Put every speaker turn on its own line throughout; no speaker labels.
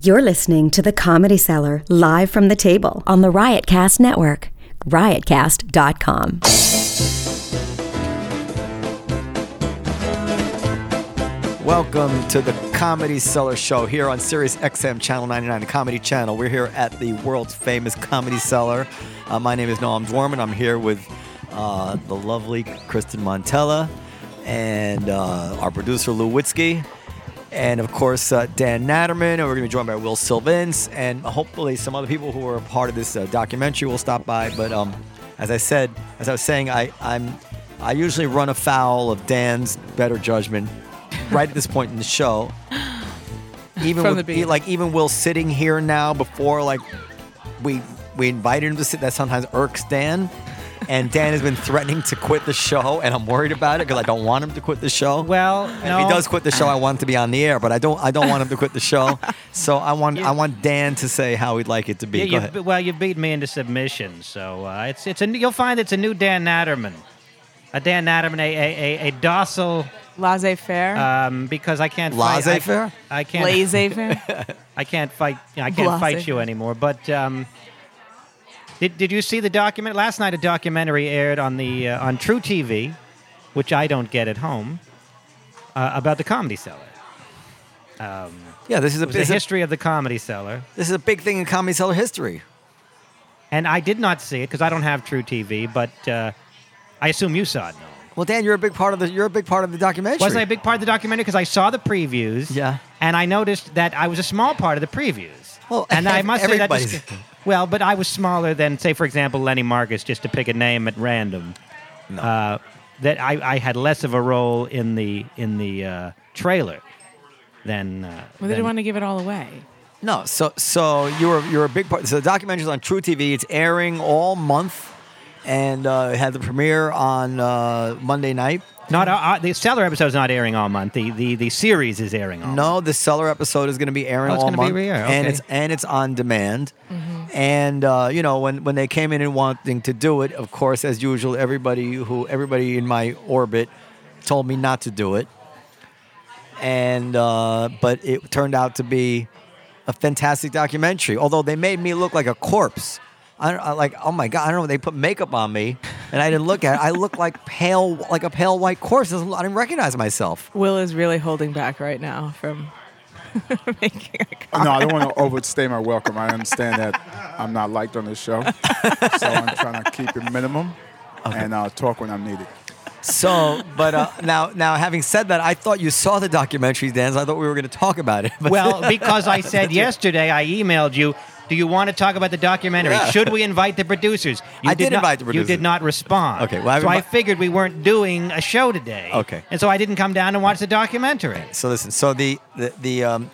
You're listening to The Comedy Cellar live from the table on the Riotcast Network, riotcast.com.
Welcome to the Comedy Cellar Show here on Sirius XM Channel 99, the Comedy Channel. We're here at the world's famous Comedy Cellar. Uh, my name is Noam Dwarman. I'm here with uh, the lovely Kristen Montella and uh, our producer Lou Witzke. And of course, uh, Dan Natterman, and we're going to be joined by Will Sylvins, and hopefully some other people who are a part of this uh, documentary will stop by. But um, as I said, as I was saying, I, I'm, I usually run afoul of Dan's better judgment right at this point in the show. Even
From
with,
the beat.
like even Will sitting here now before like we we invited him to sit. That sometimes irks Dan. And Dan has been threatening to quit the show, and I'm worried about it because I don't want him to quit the show.
Well,
And if he
no.
does quit the show, I want him to be on the air, but I don't. I don't want him to quit the show. So I want. I want Dan to say how he'd like it to be.
Yeah,
Go
you,
ahead.
be- well, you beat me into submission, so uh, it's it's a new- you'll find it's a new Dan Natterman, a Dan Natterman, a a, a, a docile
Laissez faire.
um, because I can't fight- I-
Laissez-faire?
I, can't
Laissez faire.
I can't fight you know, I can't fight you
Laissez-faire.
anymore. But um, did did you see the document last night? A documentary aired on the uh, on True TV, which I don't get at home, uh, about the Comedy Cellar.
yeah, this is a,
It was a
this, is
history of the Comedy Cellar.
a this is a big thing in comedy seller history.
And I did not see it because I don't have True TV, but uh, I assume you saw it. No.
Well, Dan, you're a big part of the. You're a big part of the documentary.
Wasn't I a big part of the documentary because I saw the previews.
Yeah.
And I noticed that I was a small part of the previews.
Well,
and I must say that.
everybody's-
dis- well, but I was smaller than, say, for example, Lenny Marcus, just to pick a name at random.
No.
Uh, that I, I had less of a role in the in the uh, trailer than. Uh,
Well, they
than-
didn't want to give it all away.
No, so so you're you're a big part. So the documentary's on True TV. It's airing all month, and uh, it had the premiere on uh, Monday night.
not uh, uh, the Stellar episode's not airing all month. The the, the series is airing all. month.
No, the seller episode is going to be airing
Oh, it's
all
gonna be
month,
re-aired,
and
okay. Mm-hmm.
it's and it's on demand. And uh, you know when when they came in and wanting to do it, of course, as usual, everybody who everybody in my orbit told me not to do it. And uh, but it turned out to be a fantastic documentary. Although they made me look like a corpse. I, don't- I like oh my god! I don't know. They put makeup on me, and I didn't look at. it. I looked like pale, like a pale white corpse. I didn't recognize myself.
Will is really holding back right now from making a call.
No, I don't want to overstay my welcome. I understand that I'm not liked on this show, so I'm trying to keep it minimum and uh, talk when I'm needed.
So, but uh, now, now, having said that, I thought you saw the documentary, Dan. So I thought we were going to talk about it. But
Well, because I said yesterday, I emailed you. Do you want to talk about the documentary?
Yeah.
Should we invite the producers? You
I did
not,
invite the
You
producers.
did not respond.
Okay, well, I've
so I
invi-
figured we weren't doing a show today.
Okay.
And so I didn't come down and watch the documentary.
so listen. So the the the, um,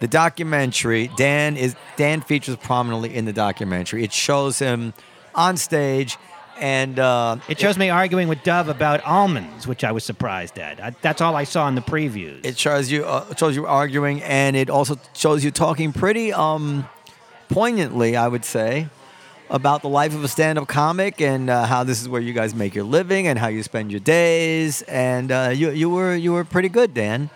the documentary, Dan is Dan features prominently in the documentary. It shows him on stage, and uh,
It shows me arguing with Dove about almonds, which I was surprised at. I, that's all I saw in the previews.
it shows you uh, shows you arguing, and it also shows you talking pretty um, poignantly, I would say. About the life of a stand-up comic and uh, how this is where you guys make your living and how you spend your days, and uh, you you were you were pretty good, Dan.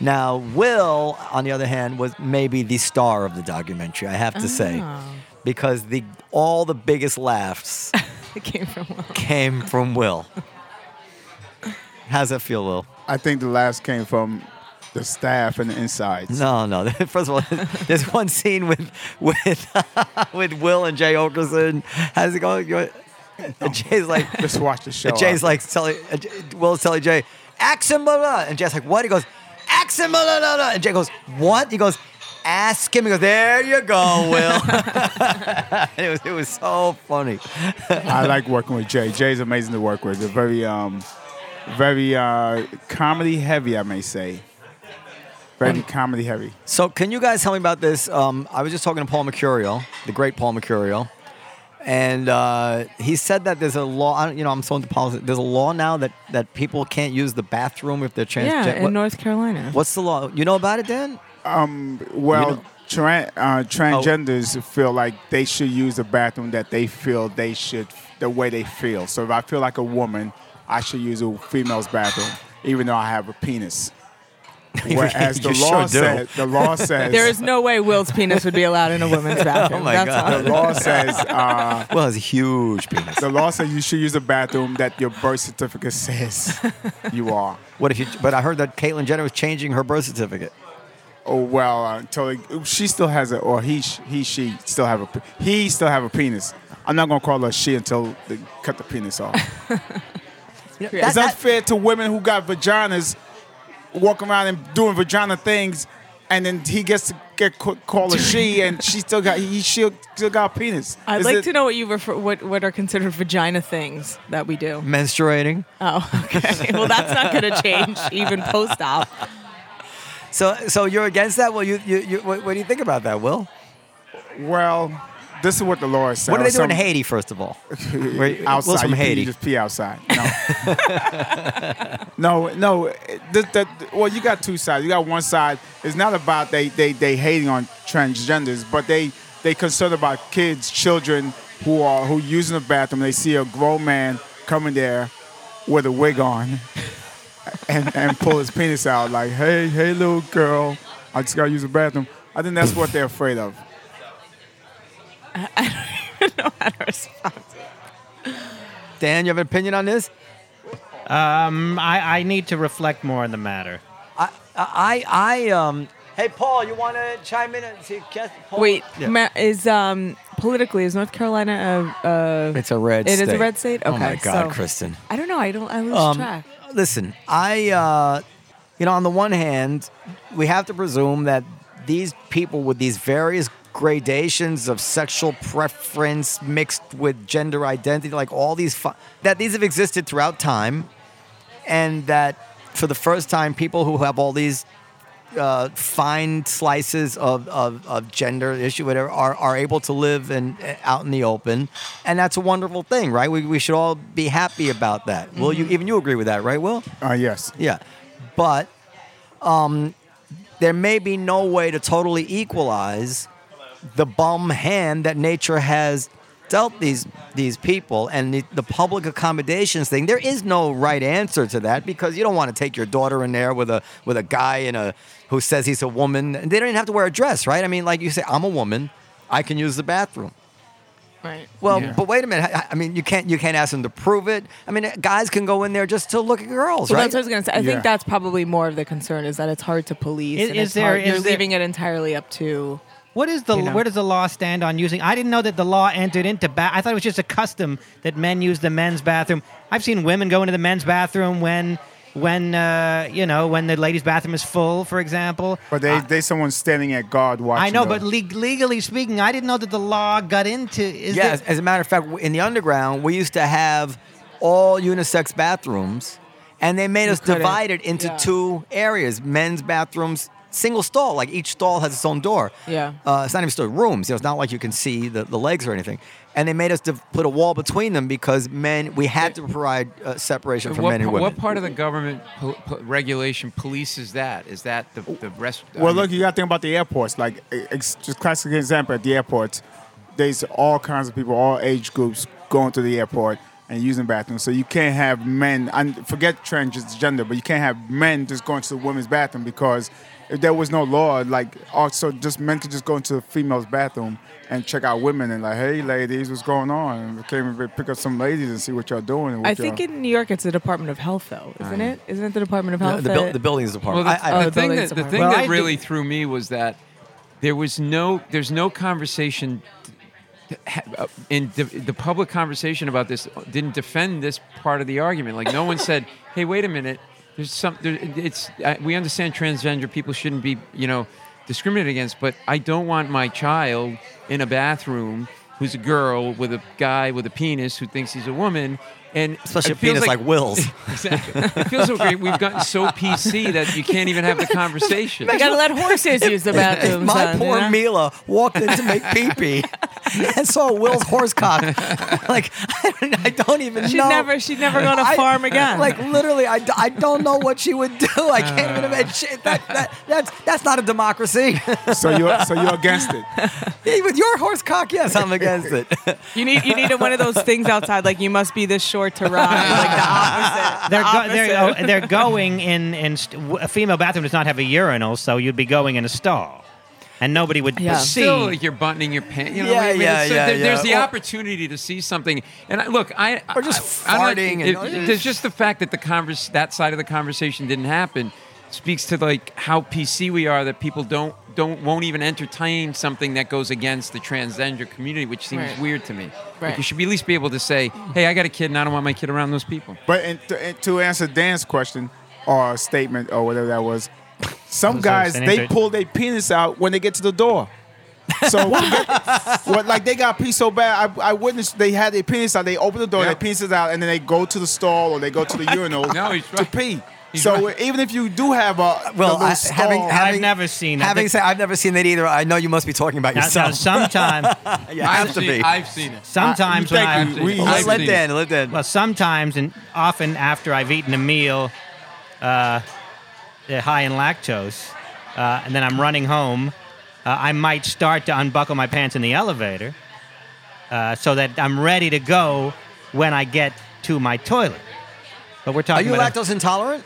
Now, Will, on the other hand, was maybe the star of the documentary. I have to say,
Oh.
because the all the biggest laughs
It came from Will.
came from Will. How's that feel, Will?
I think the last came from the staff and the insides.
No, no. First of all, there's one scene with with with Will and Jay Okerson. How's it going? You- And Jay's like,
Just watch the show.
and Jay's
I-
like, telling uh, J- Will's telling Jay, action, blah, blah. And Jay's like, what? He goes, action, blah, blah, blah, blah. And Jay goes, what? He goes, ask him. He goes, there you go, Will. and it was it was so funny.
I like working with Jay. Jay's amazing to work with. They're very, um, very uh, comedy heavy, I may say. Very comedy heavy.
So, can you guys tell me about this? Um, I was just talking to Paul Mercurio, the great Paul Mercurio, and uh, he said that there's a law. I don't, you know, I'm so into politics. There's a law now that that people can't use the bathroom if they're transgender.
Yeah, in
What-
North Carolina.
what's the law? You know about it, Dan? You know- Oh.
Well, tran uh, transgenders feel like they should use the bathroom that they feel they should, the way they feel. So if I feel like a woman, I should use a female's bathroom, even though I have a penis. Whereas the
You sure
law
do.
says the law says
There is no way Will's penis would be allowed in a woman's bathroom.
Oh my
That's
God.
all.
the law says uh,
Well, it's a huge penis.
the law says you should use a bathroom that your birth certificate says you are.
What if you? But I heard that Caitlyn Jenner was changing her birth certificate.
Oh well, uh, totally. She still has a, or he, sh- he, she still have a, pe- he still have a penis. I'm not gonna call her she until they cut the penis off. It's unfair to women who got vaginas walking around and doing vagina things, and then he gets to get ca- call a she, and she still got he she still got a penis.
I'd
Is
like
it-
to know what you refer what what are considered vagina things that we do.
Menstruating.
Oh, okay. Well, that's not going to change even post-op.
So, so you're against that? Well, you, you, you what, what do you think about that, Will?
Well, this is what the law says.
What do they do in
Some-
Haiti, first of all? Where-
outside.
Will's from
you pee,
Haiti.
You just pee outside. No, no, no. it- The, the, well, you got two sides. You got one side. It's not about they they they hating on transgenders, but they they concerned about kids, children who are who using the bathroom. They see a grown man coming there with a wig on, and and pull his penis out like, hey, hey, little girl, I just gotta use the bathroom. I think that's what they're afraid of.
Dan, you have an opinion on this?
Mm, I, I need to reflect more on the matter.
I, I, I um. Hey, Paul, you want to chime in? And see, guess, Paul?
Wait,
Yeah.
ma- is um politically is North Carolina a, a
it's a red.
It is
state.
a red state?
oh
Okay,
my God,
so-
Kristen.
I don't know. I don't. I lose
Um,
track.
Listen, I, uh, you know, on the one hand, we have to presume that these people with these various gradations of sexual preference mixed with gender identity, like all these, fu- that these have existed throughout time, and that for the first time, people who have all these uh, fine slices of, of, of gender issue, whatever, are, are able to live and out in the open, and that's a wonderful thing, right? We, we should all be happy about that. Will you even you agree with that, right? Will?
Uh, yes.
Yeah, but um, there may be no way to totally equalize the bum hand that nature has dealt these these people and the, the public accommodations thing. There is no right answer to that because you don't want to take your daughter in there with a with a guy in a who says he's a woman. They don't even have to wear a dress, right? I mean, like you say, I'm a woman, I can use the bathroom.
Right.
Well, but wait a minute. I, I mean, you can't you can't ask them to prove it. I mean, guys can go in there just to look at girls,
So
right?
that's what I was gonna say. I
Yeah.
think that's probably more of the concern is that it's hard to police.
Is-
and
is
it's
there-
hard- you're
is there-
leaving it entirely up to.
What is the
You know.
where does the law stand on using? I didn't know that the law entered into bath. I thought it was just a custom that men use the men's bathroom. I've seen women go into the men's bathroom when when uh, you know when the ladies' bathroom is full, for example.
But they, they someone standing at guard watching.
I know, but
them.
leg legally speaking, I didn't know that the law got into. Is
Yes,
there-
as a matter of fact, in the underground, we used to have all unisex bathrooms, and they made us
couldn't-
divide it into
yeah.
two areas: men's bathrooms, single stall. Like each stall has its own door.
Yeah.
uh, it's not even still rooms. You know, it's not like you can see the, the legs or anything. And they made us div- put a wall between them because men we had to provide uh, separation for
what,
men and
pa-
women.
what part of the government pol- pol- regulation polices that? Is that the, the rest? I
Well,
mean,
look, you got to think about the airports. Like, e-, ex- just classic example at the airports, there's all kinds of people, all age groups going to the airport and using bathrooms. So you can't have men, and forget transgender, but you can't have men just going to the women's bathroom because if there was no law, like, also just men could just go into the female's bathroom and check out women and like, hey, ladies, what's going on? And we came and pick up some ladies and see what y'all doing. And what
I think
y'all-
in New York it's the Department of Health, though, isn't it? Isn't it the Department of
the,
Health?
the, buil-
that-
the buildings
Well, uh,
department.
the,
I, I,
the
Oh,
thing
buildings
that the
department.
thing
Well, I
that
did-
really threw me was that there was no there's no conversation t- ha- uh, in the, the public conversation about this didn't defend this part of the argument. Like no one said, "Hey, wait a minute, there's some there, it's uh, we understand transgender people shouldn't be you know discriminated against, but I don't want my child in a bathroom." Who's a girl with a guy with a penis who thinks he's a woman, and
especially
it
a
feels
penis like, Will's.
Exactly. It feels so great. We've gotten so PC that you can't even have the conversation.
You gotta let horses use the bathrooms.
My
son,
poor
you know?
Mila walked in to make pee pee and saw Will's horse cock. like, I don't, I don't even
She'd
know.
never, she'd never go to
I-
farm again.
Like literally, I, d- I don't know what she would do. I can't
Uh.
even imagine. Shit, That, that, that's, that's not a democracy.
so you're so you're against it.
With your horse cock, yes, I'm against it.
you need, you need one of those things outside. Like you must be this or to run, like the opposite.
They're, go- they're,
Opposite.
oh, they're going in, in st- w- a female bathroom does not have a urinal, so you'd be going in a stall. And nobody would
Yeah.
see.
Still, like you're buttoning your pants. You know,
Yeah,
I mean,
yeah,
it's-
yeah,
there- There's
yeah.
the
Or-
opportunity to see something, and I, look, I
Or just
I, I don't-
farting
it-
and-
there's just the fact that the converse that side of the conversation didn't happen speaks to like how PC we are that people don't don't won't even entertain something that goes against the transgender community, which seems
Right.
weird to me. Like
Right.
you should be at least be able to say, "Hey, I got a kid, and I don't want my kid around those people."
But in, to, in- to answer Dan's question or statement or whatever that was, some guys
an
they
inter-
pull their penis out when they get to the door. So forget- what? Like they got pee so bad, I, I witnessed they had their penis out. They open the door,
Yeah.
their penis is out, and then they go to the stall or they go to the urinal
No, he's
to
right.
pee.
He's
so
right.
even if you do have a
Well,
a
I,
little
having,
stall-
having
never seen it.
Having
That-
said, I've never seen that either. I know you must be talking about
Now, now
yourself.
sometime,
you have
I've
to
seen,
be.
I've seen it.
sometimes
you
when
think
I,
we-
Well, let,
I've
let
seen
Dan. Let Dan.
well, sometimes and often after I've eaten a meal, uh, high in lactose, uh, and then I'm running home, uh, I might start to unbuckle my pants in the elevator, uh, so that I'm ready to go when I get to my toilet. But we're
Are
talking
you
about
lactose intolerant?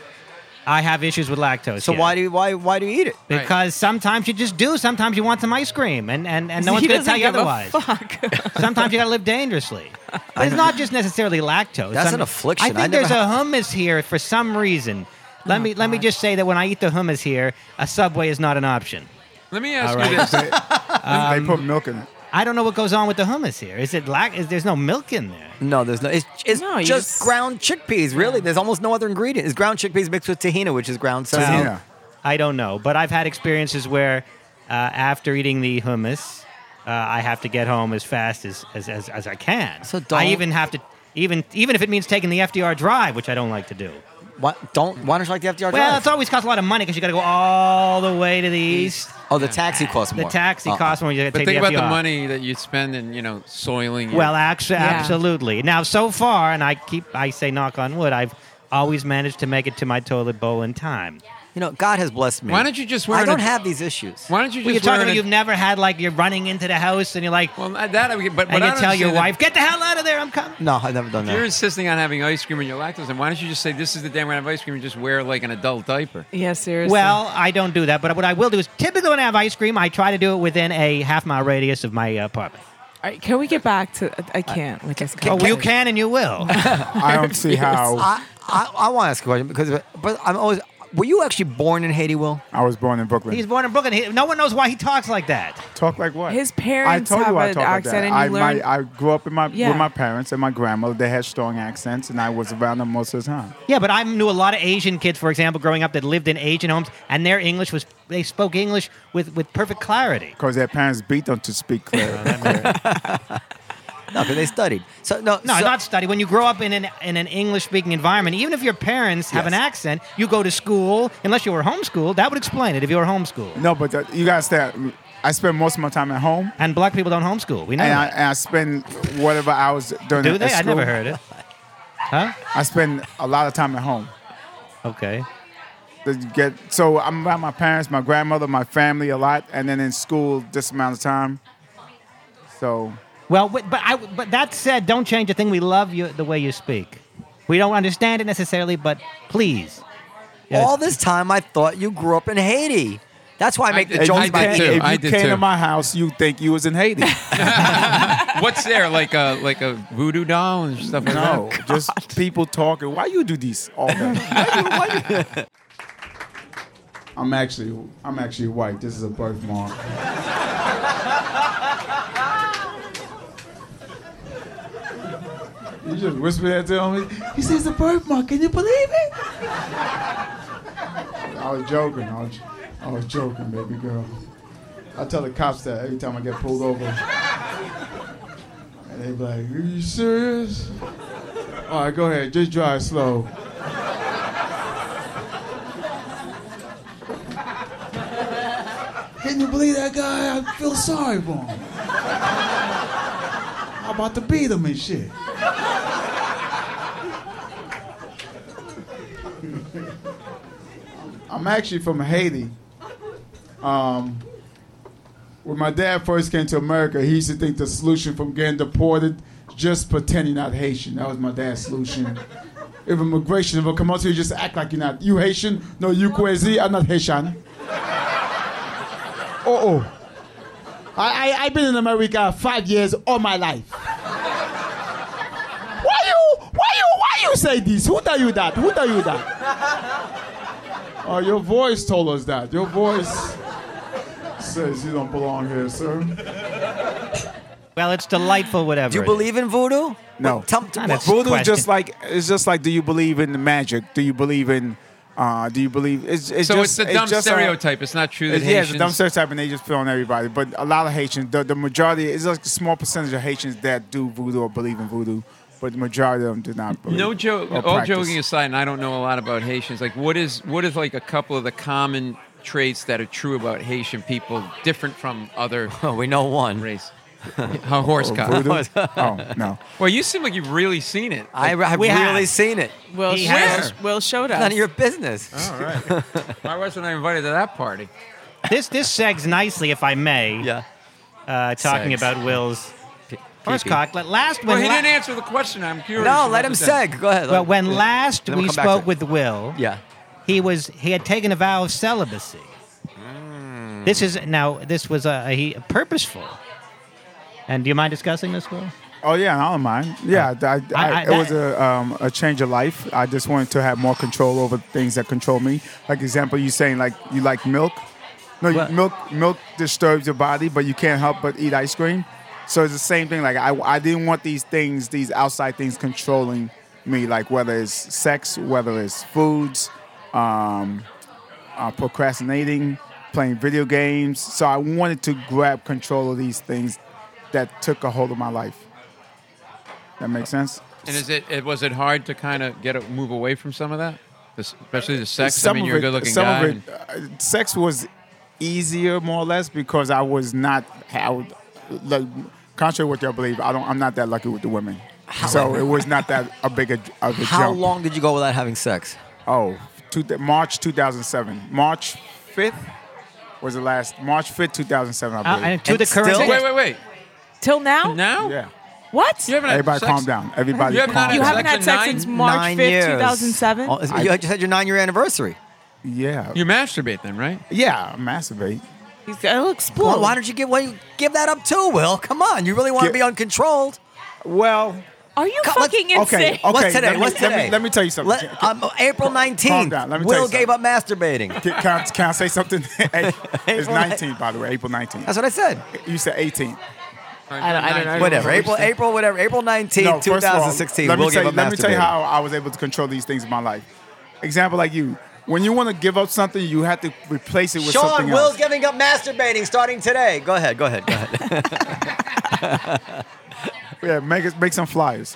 I have issues with lactose.
So
yeah.
why do you, why why do you eat it?
Because sometimes you just do. Sometimes you want some ice cream, and, and, and no one's
He
going to
doesn't
tell you
give a
otherwise.
fuck.
Sometimes you got to live dangerously. But it's not just necessarily lactose.
That's
I
an
mean,
affliction.
I think
I never
there's a hummus here for some reason. Let me let me just say that when I eat the hummus here, a Subway is not an option.
Let me ask
All
you
right.
they
this.
put milk in it.
I don't know what goes on with the hummus here. Is it lac? Is there's no milk in there?
No, there's no. It's, it's
No, you
just
just-
ground chickpeas. Really, there's almost no other ingredient. It's ground chickpeas mixed with tahina, which is ground um, sesame.
Well,
Yeah.
I don't know, but I've had experiences where uh, after eating the hummus, uh, I have to get home as fast as as, as, as I can.
So
I
don't-
even have to even even if it means taking the FDR drive, which I don't like to do.
Why don't why don't you like the FDR?
Well,
drive?
it's always costs a lot of money because you got to go all the way to the east.
oh, the taxi costs
The
more.
taxi
Uh-uh.
costs more. You got to
But
take
think
the
about the
FDR.
money that you spend in you know soiling. your-
Well, actually,
Yeah.
absolutely. Now, so far, and I keep I say knock on wood, I've always managed to make it to my toilet bowl in time.
You know, God has blessed me.
Why don't you just wear
I
an
don't
ad-
have these issues.
why don't you
Well, you're
just
talking
wear
about
an-
you've never had like you're running into the house and you're like,
Well, not that I would get- but,
and
but I
you
don't
tell your
understand that-
wife, get the hell out of there, I'm coming.
No, I've never done
If you're
that.
insisting on having ice cream and your lactose, then why don't you just say this is the day I'm gonna have ice cream and just wear like an adult diaper?
yeah, seriously.
Well, I don't do that, but what I will do is typically when I have ice cream, I try to do it within a half mile radius of my apartment.
All right, can we get back to? I can't with this.
Oh, you
conversation.
can and you will.
I don't see how
I, I, I want to ask a question because but I'm always. Were you actually born in Haiti, Will?
I was born in Brooklyn.
He's born in Brooklyn. He, no one knows why he talks like that.
Talk like what?
His parents
I told
have
you I
an
talk like
accent
that.
and you
I,
learn-
my, I grew up in my,
Yeah.
with my parents and my grandmother. They had strong accents, and I was around them most of the time.
Yeah, but I knew a lot of Asian kids, for example, growing up that lived in Asian homes, and their English was they spoke English with, with perfect clarity.
Because their parents beat them to speak clear.
Uh-huh.
No, because they studied. So no,
No,
so,
not study. When you grow up in an in an English speaking environment, even if your parents have an
Yes.
accent, you go to school. Unless you were homeschooled, that would explain it. If you were homeschooled,
no, but that- you got to stay. I spend most of my time at home,
and black people don't homeschool, we know.
and I,
that.
and I spend whatever hours during
Do
the
they? I
school,
never heard it. Huh?
I spend a lot of time at home.
Okay.
To Get, so I'm around my parents, my grandmother, my family a lot, and then in school this amount of time. So
Well, but but, I, but that said, don't change a thing. We love you the way you speak. We don't understand it necessarily, but please. Yes.
all this time I thought you grew up in Haiti. That's why I make
did-
the
I
jokes
did
about
Hey,
too.
Haiti.
if
I
you
did
came
too.
to my house, you think you was in Haiti.
What's there like a like a voodoo doll and stuff like
No,
that?
just people talking. Why you do this all day? I'm actually, I'm actually white. This is a birthmark. you just whispered that to me. He says a birthmark. Can you believe it? I was joking. I was, I was joking, baby girl. I tell the cops that every time I get pulled over. And they be like, Are you serious? All right, go ahead. Just drive slow. Can you believe that guy? I feel sorry for him. I'm about to beat him and shit. I'm actually from Haiti. Um, when my dad first came to America, he used to think the solution from getting deported just pretending not Haitian. That was my dad's solution. If immigration will come out to you, just act like you're not. You Haitian? No, you crazy? I'm not Haitian. Oh, oh. I, I, I've been in America five years all my life. Why you, why you, why you say this? Who tell you that? Who tell you that? Oh, your voice told us that. Your voice says you don't belong here, sir.
Well, it's delightful, whatever.
Do you
it is.
believe in voodoo?
No.
Tell, tell,
that's-
Voodoo is just
question.
like it's just like do you believe in the magic? Do you believe in uh, do you believe it's, it's
So
just
it's a dumb
just uh,
stereotype. it's not true that
It's- yeah, it's a
Haitians-
dumb stereotype, and they just put on everybody. But a lot of Haitians, the, the majority, it's like a small percentage of Haitians that do voodoo or believe in voodoo, but the majority of them do not. Believe
No joke.
or
All
practice.
joking aside, and I don't know a lot about Haitians. Like, what is what is like a couple of the common traits that are true about Haitian people, different from other
Oh, we know one.
race? A horse cock.
Voodoo? oh no.
Well, you seem like you've really seen it.
I, I've
We
really
have.
seen it.
Will,
He
Will,
has-
Will showed us.
None of your business.
Oh,
All right. Why wasn't I invited to that party?
this this segs nicely, if I may.
Yeah.
Uh, talking
Segs.
about Will's horse
pee-pee.
cock. Last
Well,
when
he
la-
didn't answer the question. I'm curious.
No,
about
let him
this.
seg. Go ahead.
well, when
Then
last
we'll
we
come back to
spoke
it.
with Will,
Yeah.
he was he had taken a vow of celibacy.
Mm.
This is now this was a, he purposeful. And do you mind discussing this, Will?
Oh yeah, I don't mind. Yeah, I, I,
Uh, I-
it
that-
was a um, a change of life. I just wanted to have more control over things that control me. Like example, you saying like you like milk. No, you-
Well-
milk milk disturbs your body, but you can't help but eat ice cream. So it's the same thing. Like I, I didn't want these things, these outside things, controlling me. Like whether it's sex, whether it's foods, um, uh, procrastinating, playing video games. So I wanted to grab control of these things that took a hold of my life. That makes sense.
And is it, it was it hard to kind of get a, move away from some of that, especially the sex? I mean,
of
you're a
it-
good-looking
some
guy.
of it, uh, sex was easier, more or less, because I was not. I would, like, contrary to what y'all believe, I don't. I'm not that lucky with the women. So it was not that a big a, of a
How
jump.
long did you go without having sex?
Oh, two, March 2007. March 5th was the last. March 5th, 2007. I
Uh,
believe.
and to
And
the current
still-
wait, wait, wait.
Till now?
Now?
yeah.
What?
You haven't had
Everybody,
sex?
calm down. Everybody,
You have
calm
not
down.
You
Sex
haven't had
in
sex
nine-
since March
nine
5th,
years.
2007?
Oh, you just had your nine year anniversary.
yeah.
You masturbate then, right?
yeah. Masturbate.
He's- It'll explode.
Well, why don't you give why you give that up too, Will? Come on, you really want to
Get-
be uncontrolled?
Well.
Are you
Come- let's-
fucking
Okay. oh.
insane?
Okay.
What's today?
Let me,
What's
let me-
today?
let me tell you something.
Let- um, April nineteenth.
down. Let me tell
Will
you
gave up masturbating.
Can, can, I, can I say something? Hey, it's
April ninth.
19, by the way, April 19th.
That's what I said.
You said 18.
I don't- I don't know.
Whatever. April, April, whatever. April nineteenth,
No,
two
first of all,
thousand sixteen.
let me
Will gave
tell you-
up
Let me tell you
masturbating.
how I was able to control these things in my life. Example like you. When you want to give up something, you have to replace it with
Sean,
something
Will's
else.
giving up masturbating starting today. Go ahead. Go ahead. Go ahead.
Yeah, make it, make some flyers.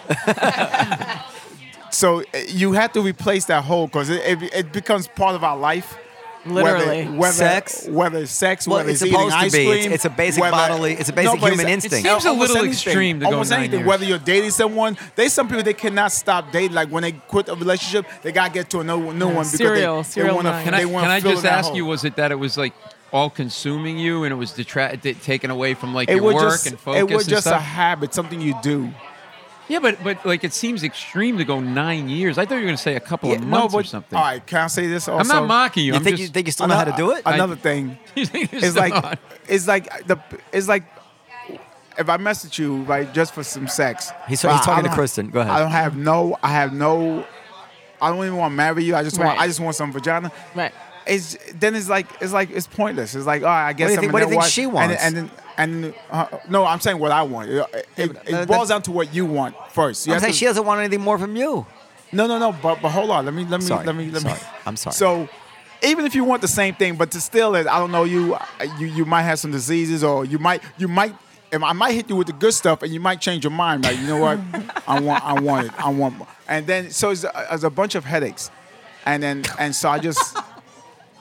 so uh, you have to replace that whole because it, it, it becomes part of our life. Whether-
Literally.
whether,
Sex?
whether it's sex,
Well,
whether
it's
it's, eating
supposed to
ice
be. It's-
cream,
it's a basic
whether-
bodily- it's a basic
but
human
it's-
instinct.
It seems a
almost
little
anything,
extreme to go
almost
nine
anything.
years.
Whether you're dating someone, there's some people they cannot stop dating. Like when they quit a relationship, they gotta get to another new one because
serial-
they,
serial
want to.
nine.
Can
they
I,
wanna
can I
fill
just
that
ask
hole.
you, was it that it was like all consuming you and it was detract taken away from like
It
your
was
work
just,
and focus
it was
and
just a
stuff?
habit, something you do.
yeah, but but like it seems extreme to go nine years. I thought you were going to say a couple of
Yeah,
months
but,
or something.
All right, can I say this? Also,
I'm not mocking you.
You
I'm
think
just,
you think you still know how to do it?
Another thing.
you think you're
it's
still
like
on.
it's like the it's like if I message you right just for some sex.
He's- he's
but I- I
talking to
don't-
Kristen. Go ahead.
I don't have no. I have no. I don't even want to marry you. I just want.
Right.
I just want some vagina.
Right.
It's then it's like it's like it's pointless. It's like all right, I
What
guess.
do you think-
I'm
what do you
gonna
think
watch-
she
and-
wants?
And then, and, uh, no, I'm saying what I want. It, it-
but,
it
uh,
boils
that-
down to what you want first. You
I'm
have
saying
to-
she doesn't want anything more from you.
no, no, no. But but hold on. Let me let me
Sorry.
let me let
Sorry.
me.
I'm sorry.
So, even if you want the same thing, but to still it, I don't know you. You you might have some diseases, or you might you might. And I might hit you with the good stuff, and you might change your mind. Like you know what, I want, I want it, I want. More. And then so it's a, it's a bunch of headaches, and then and so I just,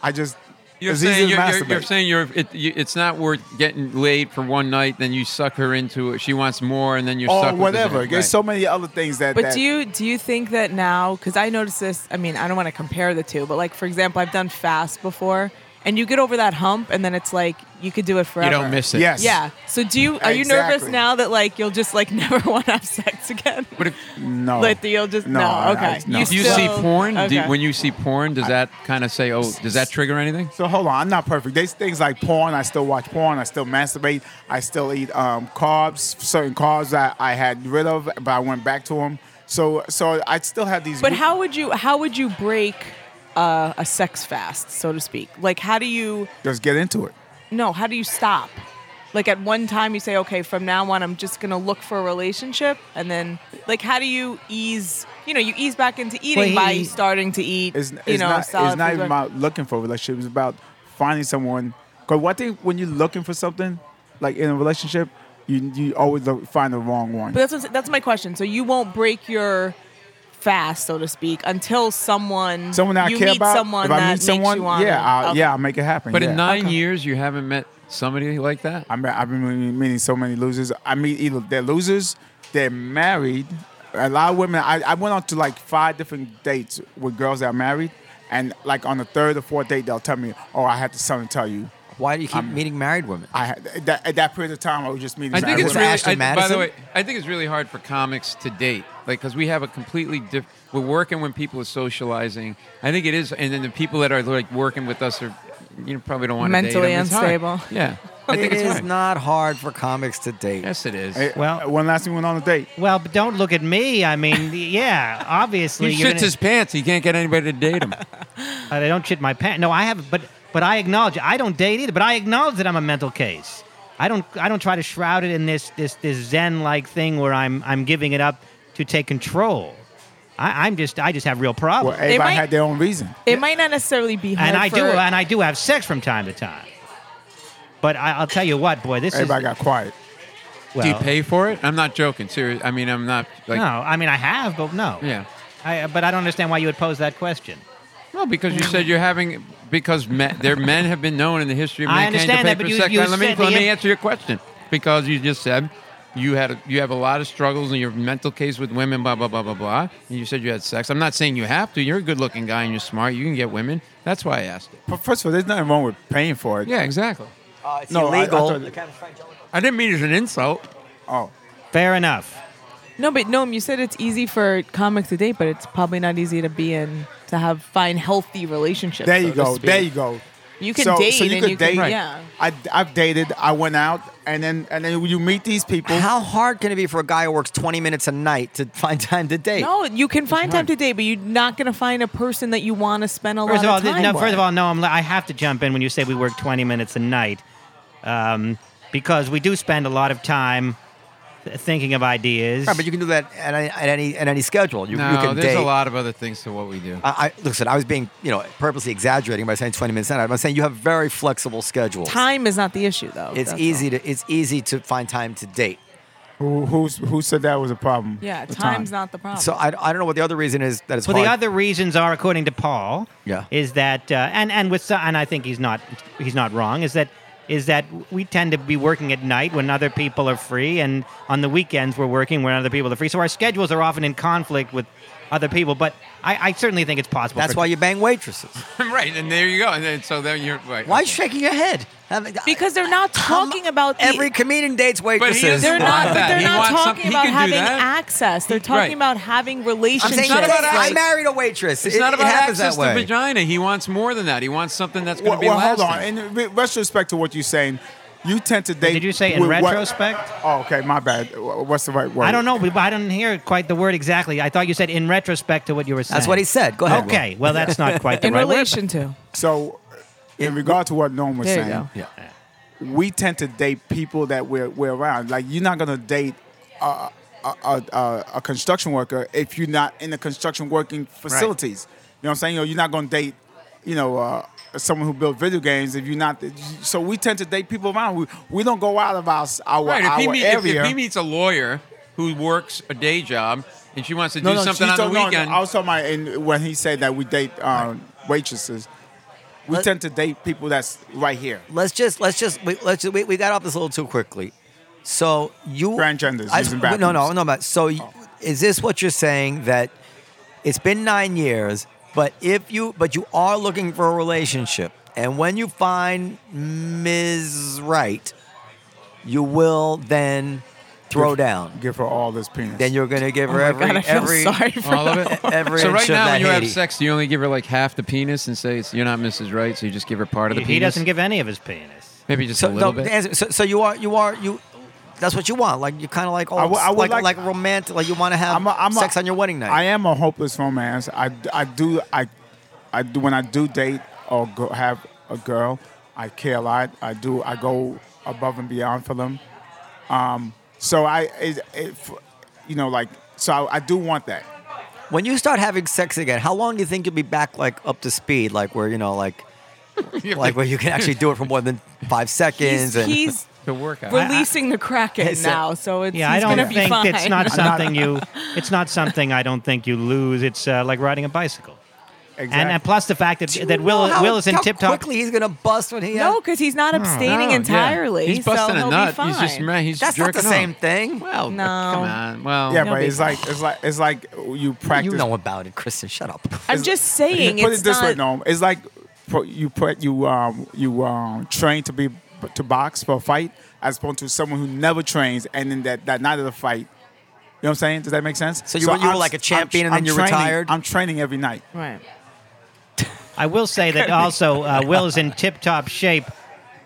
I just.
You're
it's
saying
easy to
you're, you're, you're
masturbate.
saying you're it, you, it's not worth getting laid for one night. Then you suck her into it. She wants more, and then you're
or
stuck
Oh, whatever.
With it.
There's so many other things that.
But
that,
do you do you think that now? Because I noticed this. I mean, I don't want to compare the two, but like for example, I've done fast before, and you get over that hump, and then it's like you could do it forever.
You don't miss it.
Yes.
Yeah. So do you? Are you nervous
Exactly.
now that like you'll just like never want to have sex again?
But if
No.
Like you'll just no.
No, I-
okay.
I- no.
if you see
still-
porn, do you-
okay.
when you see porn, does that kind of say, oh, does that trigger anything?
So hold on, I'm not perfect. There's things like porn. I still watch porn. I still masturbate. I still eat um, carbs, certain carbs that I had rid of, but I went back to them. So, so I still have these.
But how would you how would you break uh, a sex fast, so to speak? Like how do you
Just get into it.
no? How do you stop? Like at one time you say, okay, from now on I'm just gonna look for a relationship, and then like how do you ease? You know, you ease back into eating
Well,
by
he-
starting to eat.
It's,
you
it's
know,
not, it's
solid
not
food,
even
but-
about looking for a relationship. It's about finding someone. Because one thing, when you're looking for something, like in a relationship, you you always look, find the wrong one.
But that's what's, that's my question. So you won't break your fast, so to speak, until someone
someone that
you
I care
meet
about.
someone
if
that
I meet
makes
someone,
you wanna-
yeah, I'll,
Okay.
yeah, I'll make it happen.
But
yeah.
in nine years, you haven't met somebody like that?
I'm, I've been meeting so many losers. I meet either they're losers, they're married. A lot of women. I, I went on to like five different dates with girls that are married, and like on the third or fourth date, they'll tell me, "Oh, I have to something to tell you."
Why do you keep meeting married women?
I had, at that, at that period of time, I was just meeting.
I think
married
it's
women.
really,
Ashton
I- by
Madison?
the way, I think it's really hard for comics to date, like because we have a completely different. We're working when people are socializing. I think it is, and then the people that are like working with us are, you know, probably don't want to
Mentally
date 'em. It's hard.
unstable.
Yeah, I think
it
it's
is
hard.
not hard for comics to date.
Yes, it is.
Hey,
Well-
one last thing went on a date.
Well, but don't look at me. I mean, yeah,
He
obviously.
shits
you're gonna-
his pants. He can't get anybody to date him.
Uh, I don't shit my pants. No, I have, but but I acknowledge I don't date either. But I acknowledge that I'm a mental case. I don't I don't try to shroud it in this this this Zen like thing where I'm I'm giving it up to take control. I, I'm just I just have real
Well,
problems,
everybody
might-
had their own reason.
It might not necessarily be hard
and I
for,
do and I do have sex from time to time. But I, I'll tell you what, boy, this
Everybody
is
got quiet.
well,
Do you pay for it? I'm not joking. Serious. I mean, I'm not like.
no, I mean I have, but no,
Yeah.
I, but I don't understand why you would pose that question.
No, because you said you're having because men, their men have been known in the history of
I
mankind to
understand
pay
that,
for
but you-
sex.
you
let me
said
let
the
me
im-
answer your question because you just said you had a, you have a lot of struggles in your mental case with women, blah blah blah blah blah. And you said you had sex. I'm not saying you have to. You're a good-looking guy and you're smart. You can get women. That's why I asked it.
But first of all, there's nothing wrong with paying for it.
Yeah, exactly.
Uh, it's
No, I- I
illegal.
thought-
I didn't mean it as an insult.
Oh,
Fair enough.
No, but no, you said it's easy for comics to date, but it's probably not easy to be in to have find healthy relationships.
there you
so to
go.
speak.
There you go.
You can date and you can- yeah.
I, I've dated. I went out, and then and then you meet these people.
How hard can it be for a guy who works 20 minutes a night to find time to date?
No, you can find time to date, but you're not going to find a person that you want to spend a lot
First of all,
of
th-
time
no.
with.
First of all, no. I'm, li- I have to jump in when you say we work 20 minutes a night, um, because we do spend a lot of time th- thinking of ideas.
Right, but you can do that at any at any, at any schedule. You,
No,
you can date.
there's a lot of other things to what we do.
I, I listen. I was being, you know, purposely exaggerating by saying 20 minutes a night. I'm saying you have very flexible schedules.
time is not the issue, though.
It's
that's
easy
all.
to it's easy to find time to date.
Who who's, who said that was a problem?
Yeah,
The
time's
time.
not the problem.
So I, I don't know what the other reason is that it's
well,
hard.
the other reasons are, according to Paul,
Yeah.
is that uh, and and with so- and I think he's not he's not wrong. Is that is that we tend to be working at night when other people are free, and on the weekends we're working when other people are free. So our schedules are often in conflict with other people. But I, I certainly think it's possible.
That's
for-
why you bang waitresses.
right, and there you go. And then, so then you're right.
Why are you
okay.
shaking your head? I mean, I-
because they're not
how mu-
talking about the,
every comedian dates waitresses.
doesn't
They're
want
not. But
that.
they're
He
not
wants
talking
something- he
about
can do
having
that.
access. They're talking
right.
about having
I'm
relationships.
saying
not
date.
about
I
access.
married a waitress.
It's
it,
not
it
about
happens
access
that way.
to vagina. He wants more than that. He wants something that's
Well,
going to be
well, hold
lasting.
on. In re- retrospect to what you're saying, you tend to date.
Did you say in
with what-
retrospect?
Oh, okay, my bad. Wh- What's the right word?
I don't know. but I didn't hear quite the word exactly. I thought you said in retrospect to what you were saying.
That's what he said. Go ahead.
Okay. Well, that's not quite the
in
right word.
relation to. Oh
So, in regard to what Norm was
There you
saying,
go.
Will. Yeah.
we tend to date people that we're, we're around. Like you're not gonna date a, a, a, a, a construction worker if you're not in the construction working facilities. You know what I'm saying? You know, you're not gonna date, you know, uh, someone who built video games if you're not. So we tend to date people around. We, we don't go out of our our,
Right. If
our
he, meet, if,
area.
if he meets a lawyer who works a day job and she wants to do something
she's
on the
talking- no,
weekend,
No, I was talking about in, when he said that we date um, waitresses. We
Let-
tend to date people that's right here.
Let's just let's just we, let's just, we, we got off this a little too quickly. So you
Transgenders, using
no no
bathrooms. Oh.
no. But so you, is this what you're saying that it's been nine years, but if you but you are looking for a relationship And when you find Ms. Right, you will then throw down.
Give her all this penis.
Then you're going to give her
Oh my
every
God, I feel
every
sorry for
All of it.
every
so
inch
right
of
now,
that
when you have
Haiti.
sex, do you only give her like half the penis and say it's, you're not Mrs. Right, so you just give her part of the
He,
penis.
doesn't give any of his penis.
maybe just a
So,
little
no, the
bit.
answer- so, so you are you are you. That's what you want. Like you kind of like oh,
I would- I would
like, like
like-
romantic. Like you want to have
I'm a, I'm
sex
a,
on your wedding night.
I am a hopeless romance. I, I do I I do when I do date or go, have a girl, I care a lot. I do I go above and beyond for them. Um, so I it, it, you know like so I, I do want that.
when you start having sex again, how long do you think you'll be back like up to speed? Like where you know like like where you can actually do it for more than five seconds.
He's,
and
he's
to work out.
releasing the kraken
It's a-
now, so it's
Yeah,
he's
I
gonna
don't
be
think
fine.
it's not something you. It's not something I don't think you lose. It's uh, like riding a bicycle. And, and plus the fact that
Do you
that Will
know how-
Will is in
how
tip top.
Quickly, he's gonna bust when he.
no, because he's
Oh,
not abstaining
No, Oh, yeah.
entirely.
He's
so
busting a
he'll
nut.
Be fine.
He's just man, he's
that's
jerking
not the same
off.
thing.
Well,
No.
come on. Well,
yeah,
No
but
big
it's
deal.
like it's like it's like you practice.
You know about it, Kristen. Shut up.
I'm just saying.
put
it's
it this way,
not-
Norm. It's like pro- you put you um you um train to be to box for a fight as opposed to someone who never trains and then that that night of the fight. You know what I'm saying? Does that make sense?
So you were- you were like a champion and then you
training-
retired?
I'm training every night.
Right.
I will say that also uh, Will is in tip top shape.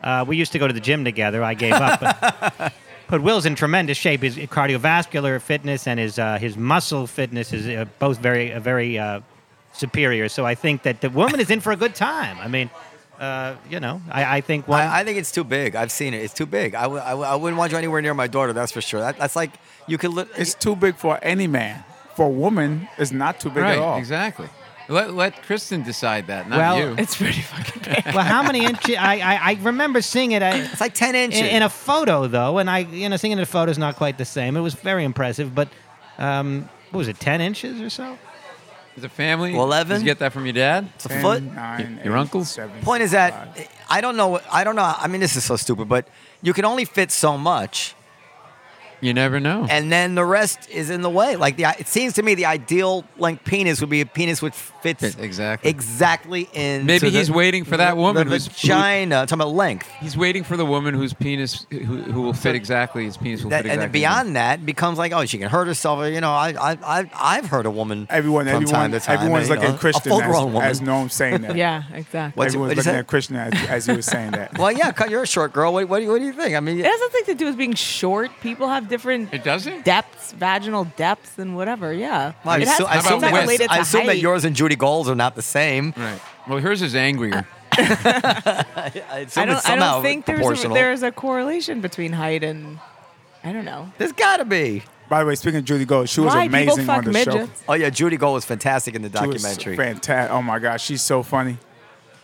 Uh, we used to go to the gym together. I gave up. But, but Will's in tremendous shape. His cardiovascular fitness and his uh, his muscle fitness is uh, both very uh, very uh, superior. So I think that the woman is in for a good time. I mean, uh, you know, I, I think one.
I, I think it's too big. I've seen it. It's too big. I, w- I, w- I wouldn't want you anywhere near my daughter. That's for sure. That, that's like you could. Li-
It's too big for any man. For a woman, it's not too big
right,
at all.
exactly. Let let Kristen decide that, not
Well,
you.
It's pretty fucking bad.
well, how many inches? I, I I remember seeing it. I,
it's like ten inches.
in, in a photo though, and I you know seeing it in a photo is not quite the same. It was very impressive, but um, what was it, ten inches or so?
It's a family.
Eleven?
Did you get that from your dad?
it's a
Ten,
foot.
nine,
Your
eight,
uncles?
seven,
Point is
five.
that I don't know. I don't know. I mean, this is so stupid, but you can only fit so much,
You never know.
and then the rest is in the way. Like the, it seems to me, the ideal length penis would be a penis which fits
Fit- exactly.
exactly in.
Maybe he's waiting for that woman
The
who's-
vagina. I'm talking about length.
He's waiting for the woman whose penis who, who will fit exactly his penis will
That,
fit
and then
exactly.
beyond that, it becomes like, oh, she can hurt herself. You know, I, I, I, I've heard a woman.
Everyone,
from
everyone,
time to time,
everyone's
you
looking
know,
at Christian
A full-grown
as,
woman.
as Norm's saying that.
Yeah, exactly.
What's- what'd
Everyone's
you
looking
say?
at Christian as, as you were saying that.
Well, yeah, cut. You're a short girl. What, what, do you, what do you think? I mean,
It has nothing to do with being short. People have different
It doesn't?
depths, vaginal depths, and whatever. Yeah,
I
it has
assume, I
it's
assume
not
that-
related to
I assume that
height.
yours and Judy Gold's are not the same.
Right. Well, hers is
Uh,
angrier.
I, assume
I
it's
don't. I
somehow
don't think there's a,
proportional.
there's a correlation between height and I don't know.
there's got to be.
By the way, speaking of Judy Gold, she was
Why people
amazing
fuck
on the show.
midgets?
Oh yeah, Judy Gold was fantastic in the
She was
documentary.
Fantastic. Oh my gosh, she's so funny.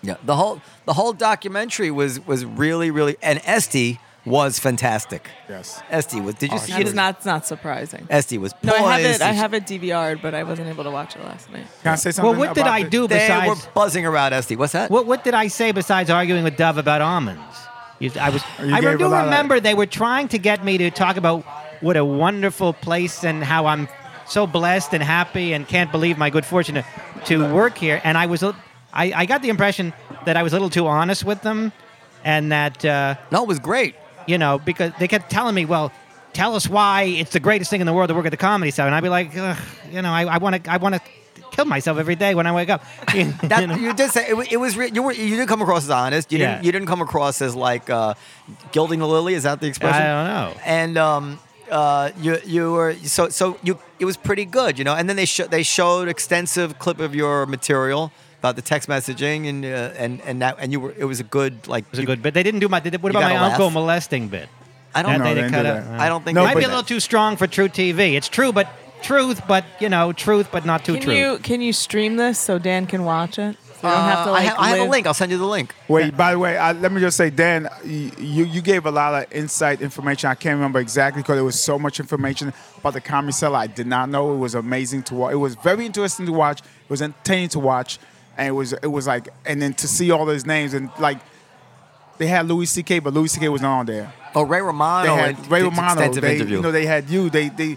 Yeah, the whole the whole documentary was was really really and Esty was fantastic.
Yes.
Esty was. Did you
Oh,
see
she
it?
That's not. It's not surprising.
Esty was.
No, I have
poised.
it. I have it DVR'd, but I wasn't able to watch it last night.
Can I say something?
Well, what did
about
I
the-
do
They
besides?
were buzzing around Esty. What's that?
What what did I say besides arguing with Dove about almonds? You- I was.
You
I
gave
do
a lot of-
remember they were trying to get me to talk about what a wonderful place and how I'm so blessed and happy and can't believe my good fortune to, to work here. And I was, a- I, I got the impression that I was a little too honest with them, and that. Uh,
no, it was great.
you know, because they kept telling me, well, tell us why it's the greatest thing in the world to work at the comedy cell. And I'd be like, Ugh, you know, I want to, I want to kill myself every day when I wake up. You
That, you,
know?
did say it, wa- it was. Re- you were. You didn't come across as honest. You
Yeah.
didn't. You didn't come across as like uh, gilding the lily. Is that the expression?
I don't know.
And um, uh, you you were so so you. It was pretty good, you know. And then they sho- they showed extensive clip of your material about the text messaging and uh, and and that and you were. It was a good like.
It was a good bit. They didn't do my. They did, what
You
about my
gotta laugh.
uncle molesting bit?
I don't Uh,
That they
No, they
didn't
didn't
cut
do
out.
that.
I don't think.
No,
they did
Might be a
that.
little too strong for True TV. It's true, but truth, but you know, truth, but not too
Can
true.
you can you stream this so Dan can watch it? So you
Uh,
don't have to like.
I, have, I have
live-
a link. I'll send you the link.
Wait, by the way, I, let me just say, Dan, y- you, you gave a lot of insight information. I can't remember exactly because there was so much information about the comedy cellar. I did not know. It was amazing to watch. It was very interesting to watch. It was entertaining to watch, and it was it was like and then to see all those names and like they had Louis C.K. but Louis C.K. was not on there.
Oh, Ray Romano.
They
and
had Ray
did
Romano.
Extensive
They,
interview.
you know, they had you. They they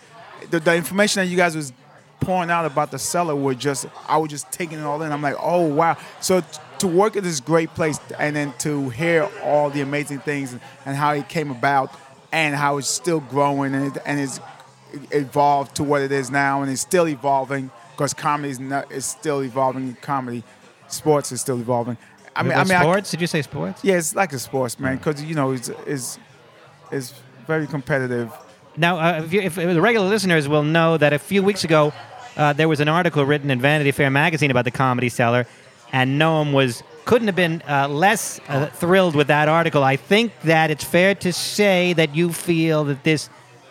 the, the information that you guys was pouring out about the seller were just I was just taking it all in. I'm like, oh wow. So t- to work at this great place and then to hear all the amazing things and, and how it came about and how it's still growing and, it, and it's evolved to what it is now and it's still evolving because comedy is, not, is still evolving. Comedy, sports is still evolving. I mean, I
What,
mean, I-
sports? Did you say sports?
yeah, it's like a sports man because you know it's, it's it's very competitive.
Now, uh, if, you, if if the regular listeners will know that a few weeks ago, uh, there was an article written in Vanity Fair magazine about the Comedy Cellar, and Noam was couldn't have been uh, less uh, thrilled with that article. I think that it's fair to say that you feel that this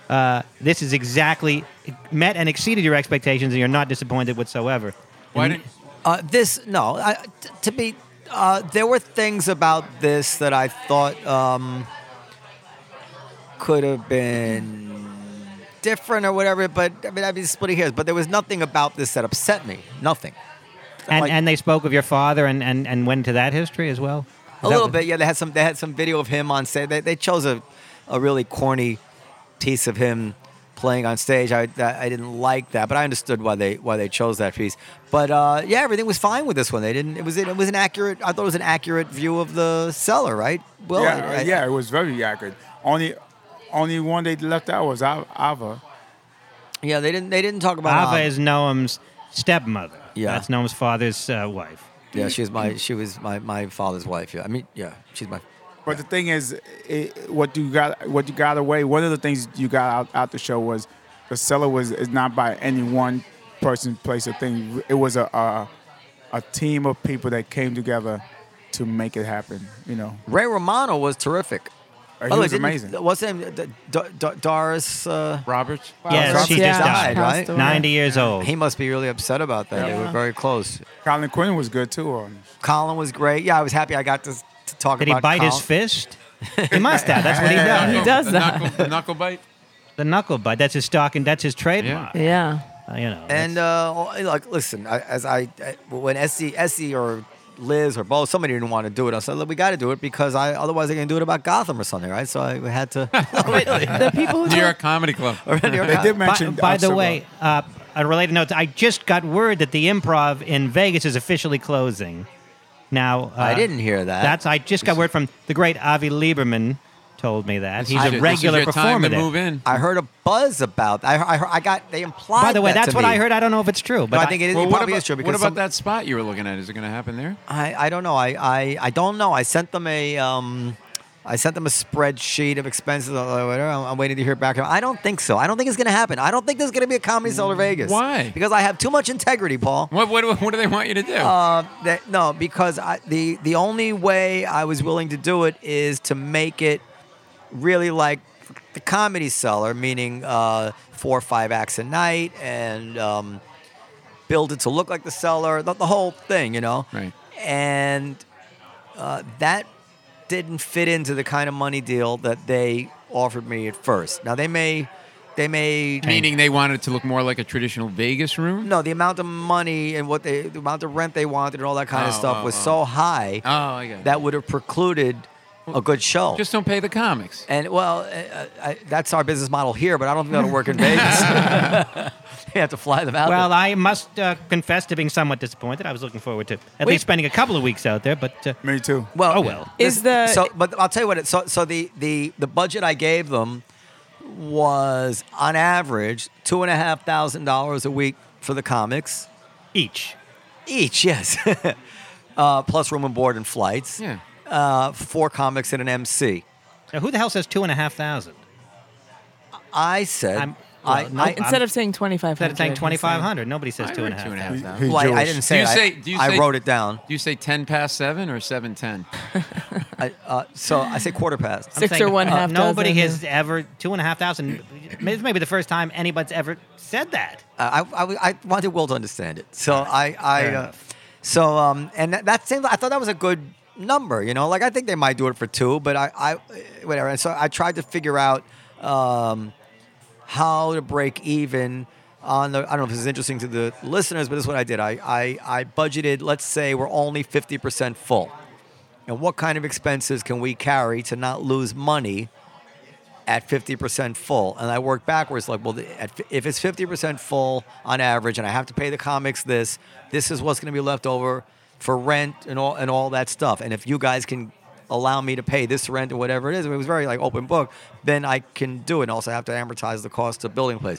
uh, this is exactly met and exceeded your expectations, and you're not disappointed whatsoever.
Why didn't,
Uh, this no, I, t- to be uh, there were things about this that I thought um, could have been different or whatever. But I mean, I'd be splitting hairs. But there was nothing about this that upset me. Nothing.
And,
Like-
and they spoke of your father and, and, and went into that history as well.
A little bit, yeah. They had some. They had some video of him on stage. They, they chose a, a really corny piece of him playing on stage. I, I I didn't like that, but I understood why they why they chose that piece. But uh, yeah, everything was fine with this one. They didn't. It was it was an accurate. I thought it was an accurate view of the seller, right? Well,
yeah,
I- I-
yeah, it was very accurate. Only only one they left out was Av- Ava.
yeah. They didn't. They didn't talk about.
Ava
um,
is Noam's stepmother.
Yeah.
That's Noam's father's uh, wife.
yeah, she was my she was my, my father's wife. Yeah, I mean, yeah, she's my.
But the thing is, it, what you got what you got away. One of the things you got out, out the show was the seller was is not by any one person, place, or thing. It was a a, a team of people that came together to make it happen. You know,
Ray Romano was terrific.
he
By the way,
was
didn't-
amazing.
What's her name? D- D- D- Doris. Uh,
Roberts?
Yes, she
Roberts
just died.
died, right?
Passed away.
90 years old.
He must be really upset about that. They were very close.
Colin Quinn was good too. On
Colin was great. Yeah, I was happy I got to, s- to talk
Did he
about.
bite his
Colin.
fist? he must have. That's what he does.
He does
the
that.
Knuckle, the knuckle bite?
The knuckle bite. That's his stock and that's his trademark.
Yeah.
Uh, you know.
And uh, like, listen, I, as I I- when Essie, Essie or Liz or Bo, somebody didn't want to do it. I said, look, we got to do it because I otherwise they're gonna do it about Gotham or something, right? So I had to.
Oh,
The people who
New
don't-
York Comedy Club.
they did
that's-
mention.
by, by the
Oxford.
way, uh, a related note. I just got word that the Improv in Vegas is officially closing. Now uh,
I didn't hear that.
That's I just got word from the great Avi Lieberman. Told me that he's
This is
a
your-
regular
this is your
performer.
Time to
there.
move in.
I heard a buzz about. I, I, I got they implied.
By the way,
that
that's
to
what
me.
I heard. I don't know if it's true, but
But I think it is,
Well,
it
what
probably
about,
is true because
what about
some-
that spot you were looking at? Is it going to happen there?
I, I don't know. I, I, I don't know. I sent them a um, I sent them a spreadsheet of expenses. or whatever. I'm, I'm waiting to hear back. I don't think so. I don't think it's going to happen. I don't think there's going to be a comedy cellar Vegas.
Why?
Because I have too much integrity, Paul.
What, what, do- what do they want you to do?
Uh, that, no, because I, the the only way I was willing to do it is to make it really like the comedy cellar, meaning uh, four or five acts a night, and um, build it to look like the cellar, the, the whole thing, you know.
Right.
And uh, that didn't fit into the kind of money deal that they offered me at first. Now they may, they may
Meaning they wanted it to look more like a traditional Vegas room?
no, the amount of money and what they, the amount of rent they wanted and all that kind of
Oh,
stuff
oh,
was
oh.
so high
Oh, I got it.
that would have precluded a good show.
Just don't pay the comics.
and well, uh, I, that's our business model here, but I don't think that'll work in Vegas. you have to fly them out. there.
Well, I must uh, confess to being somewhat disappointed. I was looking forward to at least spending a couple of weeks out there, but uh,
me too.
Well,
Oh, well.
this-
Is the-
so? But I'll tell you what. It, so so the the the budget I gave them was on average two and a half thousand dollars a week for the comics
each.
each. Yes, uh, plus room and board and flights.
Yeah.
uh, four comics and an MC.
Now, who the hell says two and a half thousand?
I said.
I'm-
I,
well, no,
I,
Instead
I'm-
of saying 2500.
Instead of saying
he's
twenty five hundred, nobody says
I
two and a
heard
half.
two and a half
He-
thousand.
he
well, I- I
Jewish.
didn't
Do
say
you
it. I-
say? Do you
I
say,
wrote it down.
Do you say ten past seven or seven ten?
I, uh, so I say quarter past.
I'm
Six
saying
or one half
Nobody
dozen,
has ever two and a half thousand. This may be the first time anybody's ever said that.
Uh, I, I, I wanted Will to understand it. So I, I uh,
Fair enough.
so um, and that, that seemed. I thought that was a good number. You know, like I think they might do it for two, but I, I whatever. And so I tried to figure out um, how to break even. On the, I don't know if this is interesting to the listeners, but this is what I did. I, I, I budgeted. Let's say we're only fifty percent full, and what kind of expenses can we carry to not lose money at 50% full. And I work backwards like, well, the- at, if it's 50% full on average and I have to pay the comics this, this is what's going to be left over for rent and all, and all that stuff. And if you guys can allow me to pay this rent or whatever it is, I mean, it was very like open book, then I can do it. And also I have to amortize the cost of building a place.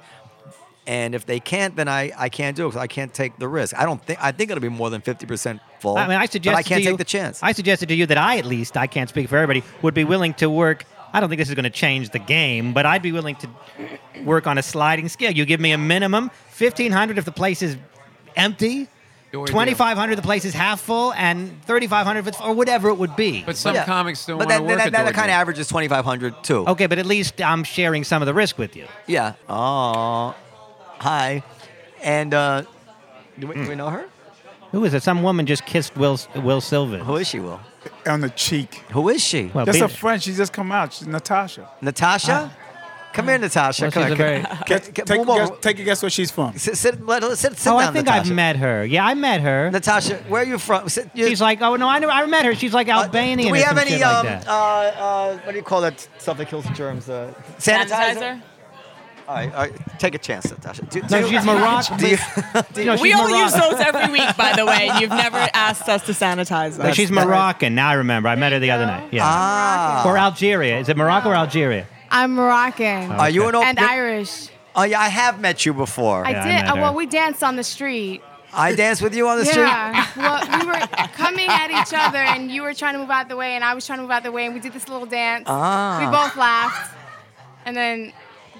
And if they can't, then I, I can't do it because I can't take the risk. I don't think I think it'll be more than fifty percent full.
I mean, I
suggest
suggested
but I can't
to you,
take the chance.
I suggested to you that I, at least, I can't speak for everybody, would be willing to work. I don't think this is going to change the game, but I'd be willing to work on a sliding scale. You give me a minimum fifteen hundred if the place is empty,
Door deal.
twenty five hundred if the place is half full, and thirty five hundred if it's or whatever it would be.
But some
Yeah.
comics don't
But
want
that,
to work
that,
at
that,
door
kind of
deal.
averages twenty five hundred too.
okay, but at least I'm sharing some of the risk with you.
Yeah. Oh, hi. And uh, do, we, do
Hmm.
we know her?
Who is it? Some woman just kissed Will Will Sylvan.
Who is she? Will?
on the cheek.
Who is she?
Well,
That's
be-
a friend. She just come out. She's Natasha.
Uh, Natasha. come here, Natasha.
Well,
come
she's
here.
a very-
Come-
Guess-
come-
take,
move
a
over.
guess, take a guess where she's from.
Sit, sit, let, sit, sit
oh,
down,
I think
Natasha.
I've met her. Yeah, I met her.
Natasha, where are you from? Sit, you,
She's like, oh no, I, knew, I met her. She's like
uh,
Albanian.
Do we
or
have
some
any?
shit
Um,
like that.
uh, uh, what do you call that stuff that kills germs? Uh, sanitizer. All, right, all right, take a chance, Natasha. Do, do,
no, she's Moroccan.
do you, do you-
No,
We
she's
all use
Moroccan.
those every week, by the way. and You've never asked us to sanitize
No,
them.
she's Moroccan. Now I remember. I met her the other night. Yeah.
ah,
Or Algeria. Is it Morocco or Algeria?
I'm Moroccan
are Uh, you an?
and
you're-
Irish.
Oh yeah, I have met you before.
I
Yeah, I
did.
met
uh,
her.
well, we danced on the street.
I danced with you on the street.
Yeah. well, we were coming at each other, and you were trying to move out the way, and I was trying to move out the way, and we did this little dance.
Ah.
We both laughed, and then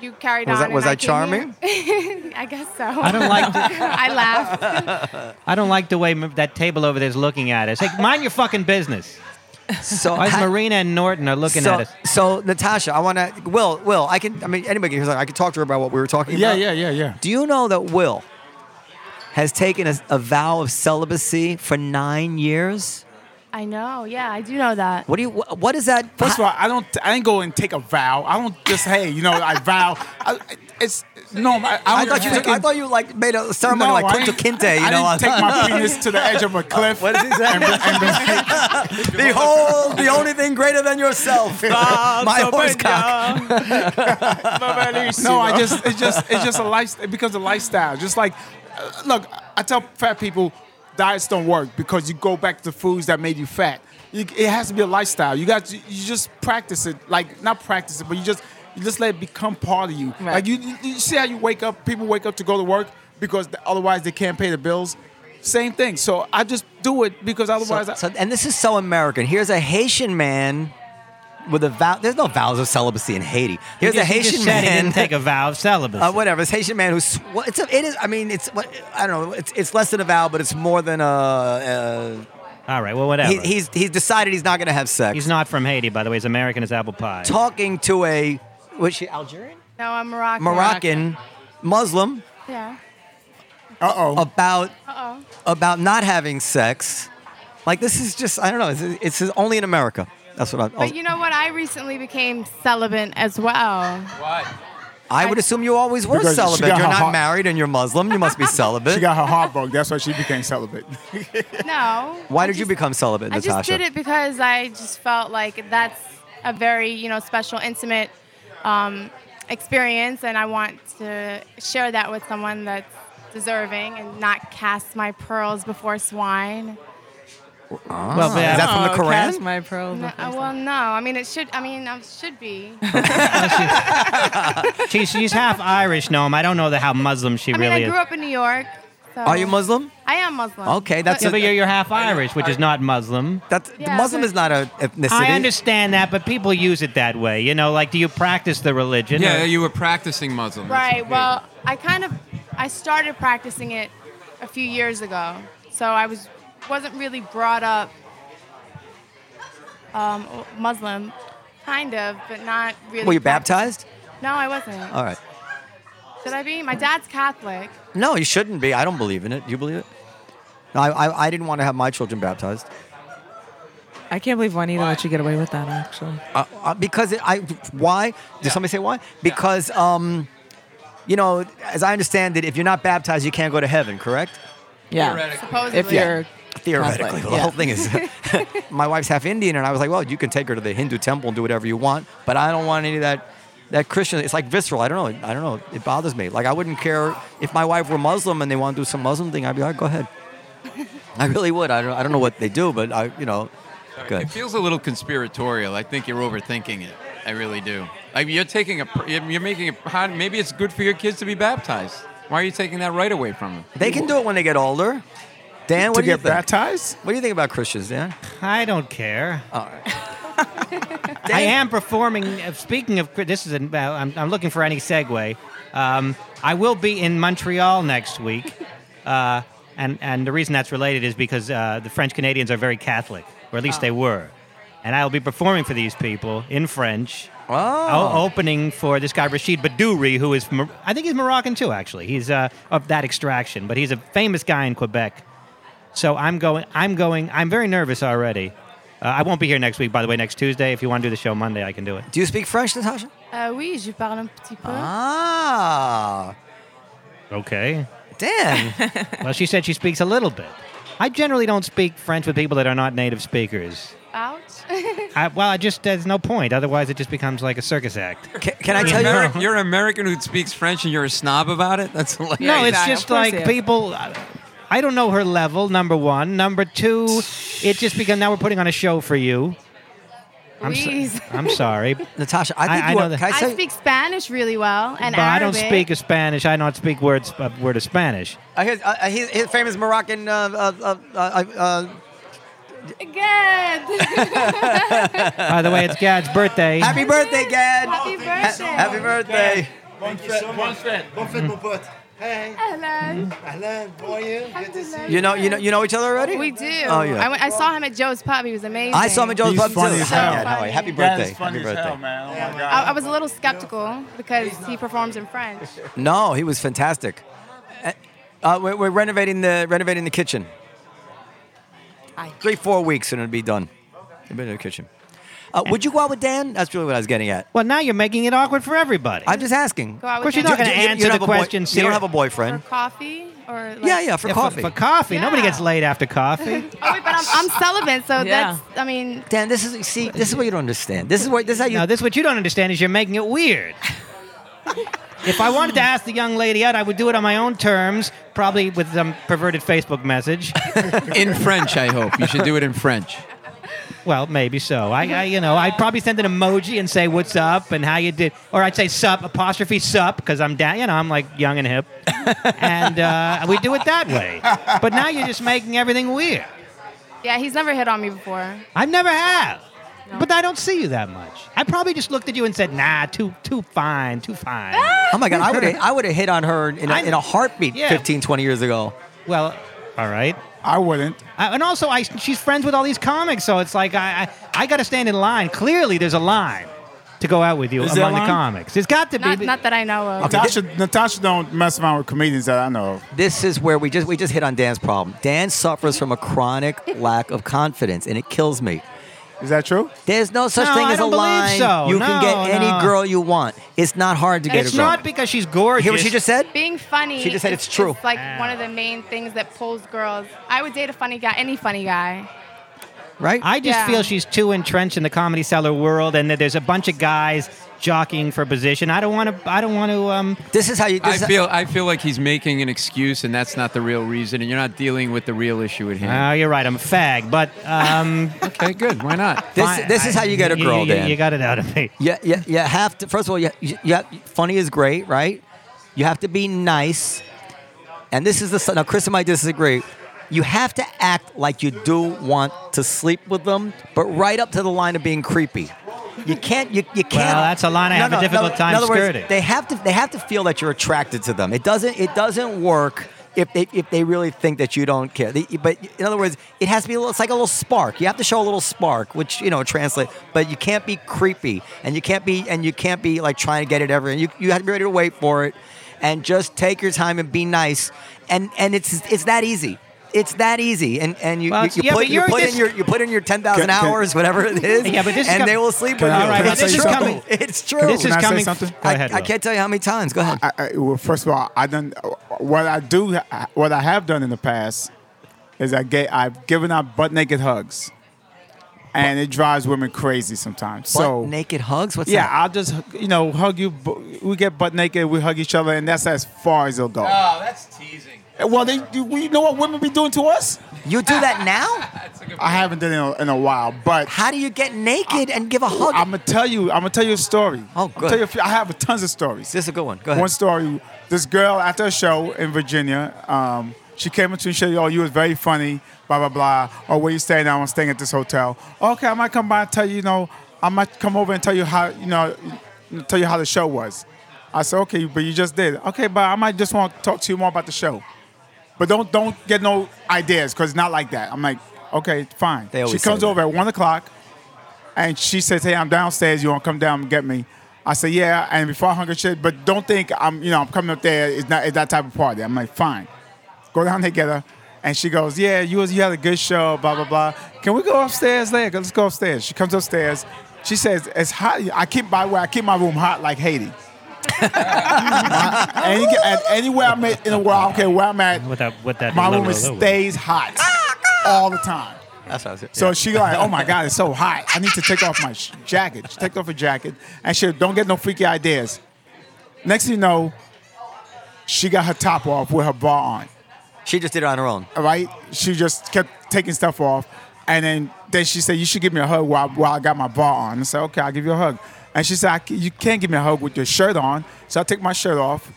you carried
Was
on.
that- was
and
I
came
charming?
here. I guess so.
I don't like. The,
I laughed.
I don't like the way m- that table over there is looking at us. Like, mind your fucking business.
So
Why is
ha-
Marina and Norton are looking
so,
at us?
So Natasha, I want to. Will, Will, I can. I mean, anybody can. I can talk to her about what we were talking
Yeah,
about.
yeah, yeah, yeah.
Do you know that Will has taken a, a vow of celibacy for nine years?
I know. Yeah, I do know that.
What do you? wha- What is that?
First of all, I don't. I didn't go and take a vow. I don't just hey, you know, I vow. I, it's no. I,
I
don't
thought you.
take
I
it-
thought you like made a ceremony like
I
Quinto
didn't-
Quinte. You
I
know,
didn't take my penis to the edge of a cliff.
What does he say?
And, and,
behold the only thing greater than yourself, my horse cock.
no, I just it's just it's just a life. It becomes a lifestyle. Just like, uh, look, I tell fat people, diets don't work because you go back to foods that made you fat. You, it has to be a lifestyle. You got you, you just practice it, like not practice it, but you just you just let it become part of you.
Right.
Like you, you you see how you wake up. People wake up to go to work because th- otherwise they can't pay the bills. Same thing. So I just do it because
So,
otherwise. I,
so- and this is so American. Here's a Haitian man with a vow. There's no vows of celibacy in Haiti. Here's
He
a
just- he
Haitian
just said
man.
He didn't take a vow of celibacy.
uh, whatever. It's Haitian man who's well, it's a, it is. I mean, it's what I don't know. It's it's less than a vow, but it's more than a. Uh,
All right. Well, whatever.
he, he's he's decided he's not going to have sex.
He's not from Haiti, by the way. He's American as apple pie.
talking to a was she Algerian,
No, I'm Moroccan.
Moroccan, Muslim
Yeah.
uh oh.
about
Uh oh.
about not having sex. Like this is just I don't know. It's, it's only in America. That's what I.
But you know what? I recently became celibate as well.
Why?
I would assume you always were
Because she
celibate.
got
You're
her
not
hot-
married and you're Muslim. You must be celibate.
She got her heart broke. That's why she became celibate.
No.
Why
I
did you
just-
become celibate,
I
Natasha?
just did it because I just felt like that's a very you know special, intimate um, experience, and I want to share that with someone that's deserving and not cast my pearls before swine.
well, but,
Is that
oh,
from the
Cast
Quran?
my pearls.
No,
before
uh, well, no. I mean, it should. I mean, I should be.
she's, she's half Irish, Noam. I don't know the, how Muslim she
I mean,
really
I
is.
grew up in New York. So
Are you Muslim?
I am Muslim.
Okay, that's
yeah,
a,
but you're, you're half Irish, which is not Muslim.
that's
Yeah,
Muslim
but-
is not an ethnicity.
I understand that, but people use it that way. You know, like, do you practice the religion? or-
Yeah, you were practicing Muslim.
Right. Well, I kind of I started practicing it a few years ago, so I was wasn't really brought up um, Muslim, kind of, but not really.
Were you
practi-
baptized? Uh,
No, I wasn't.
All right.
Should I be? My dad's Catholic.
No, you shouldn't be. I don't believe in it. Do you believe it? No, I, I, I didn't want to have my children baptized
swine. I can't believe Juanita let you get away with that. Actually,
uh, uh, because it, I. Why? Did somebody say why? Because um, you know, as I understand it, if you're not baptized, you can't go to heaven. Correct?
yeah.
Supposedly.
If you're
Theoretically,
Catholic,
the whole thing is, my wife's half Indian, and I was like, well, you can take her to the Hindu temple and do whatever you want, but I don't want any of that that Christian, it's like visceral. I don't know. I don't know. It bothers me. Like I wouldn't care if my wife were Muslim and they want to do some Muslim thing. I'd be like, go ahead. I really would. I don't, I don't know what they do, but I, you know, good.
It feels a little conspiratorial. I think you're overthinking it. I really do. Like you're taking a, pr- you're making a. how- Maybe it's good for your kids to be baptized. Why are you taking that right away from them?
They can do it when they get older. Dan, what
to
do you
get
think?
baptized?
What do you think about Christians, Dan?
I don't care. I am performing. uh, Speaking of, this is. A, uh, I'm, I'm looking for any segue. Um, I will be in Montreal next week, uh, and and the reason that's related is because uh, the French Canadians are very Catholic, or at least they were, and I will be performing for these people in French. o- opening for this guy Rashid Badouri, who is Mor- I think he's Moroccan too. Actually, he's uh, of that extraction, but he's a famous guy in Quebec. So I'm going. I'm going. I'm very nervous already. Uh, I won't be here next week, by the way. Next Tuesday, if you want to do the show Monday, I can do it.
Do you speak French, Natasha?
Uh, oui, je parle un petit peu.
Ah,
Okay.
Dan.
well, she said she speaks a little bit. I generally don't speak French with people that are not native speakers.
Ouch.
I, well, I just there's no point. Otherwise, it just becomes like a circus act.
Can, can I
You're,
tell you?
Ameri- you're an American who speaks French and you're a snob about it. That's hilarious.
No, it's
exactly.
just
Of course they
like
are.
people. I don't know her level. Number one. Number two. It just because now we're putting on a show for you. I'm, so-
Please.
I'm sorry,
Natasha, I
I-
think
I
you
know
are.
that-
Can I,
I
say,
speak Spanish really well and
but I don't
Arabic.
speak Spanish. I don't speak words a word of Spanish.
I hear, I hear, hear uh, famous Moroccan. Uh, uh, uh, uh, uh,
Good.
By the way, it's Gad's birthday.
happy birthday, Gad!
Happy birthday.
Happy birthday!
Hello.
You know, you know, you know each other already.
We do.
Oh yeah.
I, went- I saw him at Joe's Pub. He was amazing.
I saw him at Joe's
He's
Pub too.
funny as
Hi,
hell.
Gad. How are you? Happy
That
birthday!
is funny
happy
as hell,
birthday!
man. Oh my
I, I
god.
was a little skeptical because he performs in French.
No, he was fantastic. Uh, we're, we're renovating the renovating the kitchen. Three four weeks and it'll be done. It'll be in the kitchen. Uh, would you go out with Dan? That's really what I was getting at.
Well, now you're making it awkward for everybody.
I'm just asking.
Go out
Of course,
with
you're
him
not going to
You- you- you
answer
don't
the
have a boy-
question.
You don't
seri-
have a boyfriend.
for coffee or like,
Yeah, yeah, for
Yeah,
coffee.
For, coffee. Nobody
Yeah.
gets laid after coffee.
Oh, wait, but I'm, I'm celibate,
Yeah.
so that's. I mean,
Dan, this is see, this is what you don't understand. This is what this is how you.
now, this what you don't understand is you're making it weird. if I wanted to ask the young lady out, I would do it on my own terms, probably with some perverted Facebook message.
in French, I hope. You should do it in French.
well, maybe so. I, I, you know, I'd probably send an emoji and say "What's up" and how you did, or I'd say "Sup" apostrophe "Sup" because I'm down. You know, I'm like young and hip, and uh, we do it that way. But now you're just making everything weird.
yeah, he's never hit on me before.
I never have. But I don't see you that much. I probably just looked at you and said, "Nah, too too fine, too fine."
Ah!
oh my God, I would I would have hit on her in a,
I'm-
in a heartbeat
Yeah.
15, 20 years ago.
well, all right.
I wouldn't.
Uh, and also, I, she's friends with all these comics, so it's like I, I, I got to stand in line. Clearly, there's a line to go out with you
Is there a
among the
line?
comics. There's got to be.
Not,
but-
not that I know of.
Natasha, Natasha don't mess around with comedians that I know of.
This is where we just we just hit on Dan's problem. Dan suffers from a chronic lack of confidence, and it kills me.
Is that true?
There's no such
No,
thing
I
as
don't
a
believe
line.
so.
You can
No,
get any
no.
girl you want. It's not hard to get
it's
a girl.
not because she's gorgeous.
Hear what she just said?
Being funny.
She just said
is-
it's true.
is like one of the main things that pulls girls. I would date a funny guy, any funny guy.
Right?
I just
Yeah.
feel she's too entrenched in the comedy seller world, and that there's a bunch of guys jockeying for position. I don't want to. I don't want to. Um,
this is how you.
I
This is-
feel I feel like he's making an excuse, and that's not the real reason, and you're not dealing with the real issue at hand.
oh, you're right. I'm a fag, but um,
okay, good. Why not?
This, this is how you get a girl,
You,
Dan.
you got it out of me.
Yeah, yeah, you have to. First of all, you, you, you have, funny is great, right? You have to be nice, and this is the s- now. Chris might disagree. You have to act like you do want to sleep with them, but right up to the line of being creepy. You can't. You, you can't.
that's a line I have a difficult
in
time
other words,
skirting.
they have to. They have to feel that you're attracted to them. It doesn't. It doesn't work. If they, if they really think that you don't care, They- but in other words, it has to be. A little, it's like a little spark. You have to show a little spark, which you know translate. But you can't be creepy, and you can't be, and you can't be like trying to get it every. And you you have to be ready to wait for it, and just take your time and be nice. And and it's it's that easy. It's that easy. And and you
Well,
you, you
yeah,
put
but
you
you're
put
just-
in your you put in your ten thousand
Can- can-
hours, whatever it is.
Yeah, but this is
and
com-
they will sleep with
Can
you.
I-
All right,
Can I
but this
say
is
something?
coming.
It's true.
This is
Can I say
coming.
something?
Go ahead.
I, I
Will.
can't tell you how many times. Go ahead.
I, I, well, first of all, I done what I do, what I have done in the past is I get, I've given out butt naked hugs. and it drives women crazy sometimes. So
Butt naked hugs? What's
yeah,
that?
I'll just you know hug you. bu- We get butt naked, we hug each other, and that's as far as it'll go.
Oh, that's teasing.
well, they do. You know what women be doing to us?
You do that now?
That's a good
I haven't done it in a, in a while, but
How do you get naked and give a hug?
I'm gonna tell you. I'm gonna tell you a story.
Oh,
I'll
good.
tell you a few- I have tons of stories.
this is a good one. Go ahead.
One story. This girl after a show in Virginia, um, she came up to me and said, "Oh, you was very funny." Blah blah blah. Oh, where you staying? now? I'm staying at this hotel. Okay, I might come by and tell you. You know, I might come over and tell you how. You know, tell you how the show was. I said, "Okay, but you just did." Okay, but I might just want to talk to you more about the show. But don't don't get no ideas because it's not like that. I'm like, okay, fine.
They always
she comes
say that.
over at one o'clock, and she says, "Hey, I'm downstairs. You want to come down and get me?" I say, "Yeah." And before I hung her shit, but don't think I'm you know I'm coming up there. It's not it's that type of party. I'm like, fine. Go down there, get her. And she goes, "Yeah, you was you had a good show. Blah blah blah. Can we go upstairs later? Let's go upstairs." She comes upstairs. She says, "It's hot. I keep by the way. I keep my room hot like Haiti." Any, and anywhere I'm at in the world, I don't care where I'm at,
With that, with that.
my
little-
room is
little-
stays hot all the time.
That's what I was
So
yeah.
she like, oh my god, it's so hot. I need to take off my sh- jacket. She take off her jacket, and she don't get no freaky ideas. Next thing you know, she got her top off with her bra on.
She just did it on her own.
All right, she just kept taking stuff off, and then then she said, you should give me a hug while, while I got my bra on. I said, okay, I'll give you a hug. And she said, I c- you can't give me a hug with your shirt on. So I take my shirt off.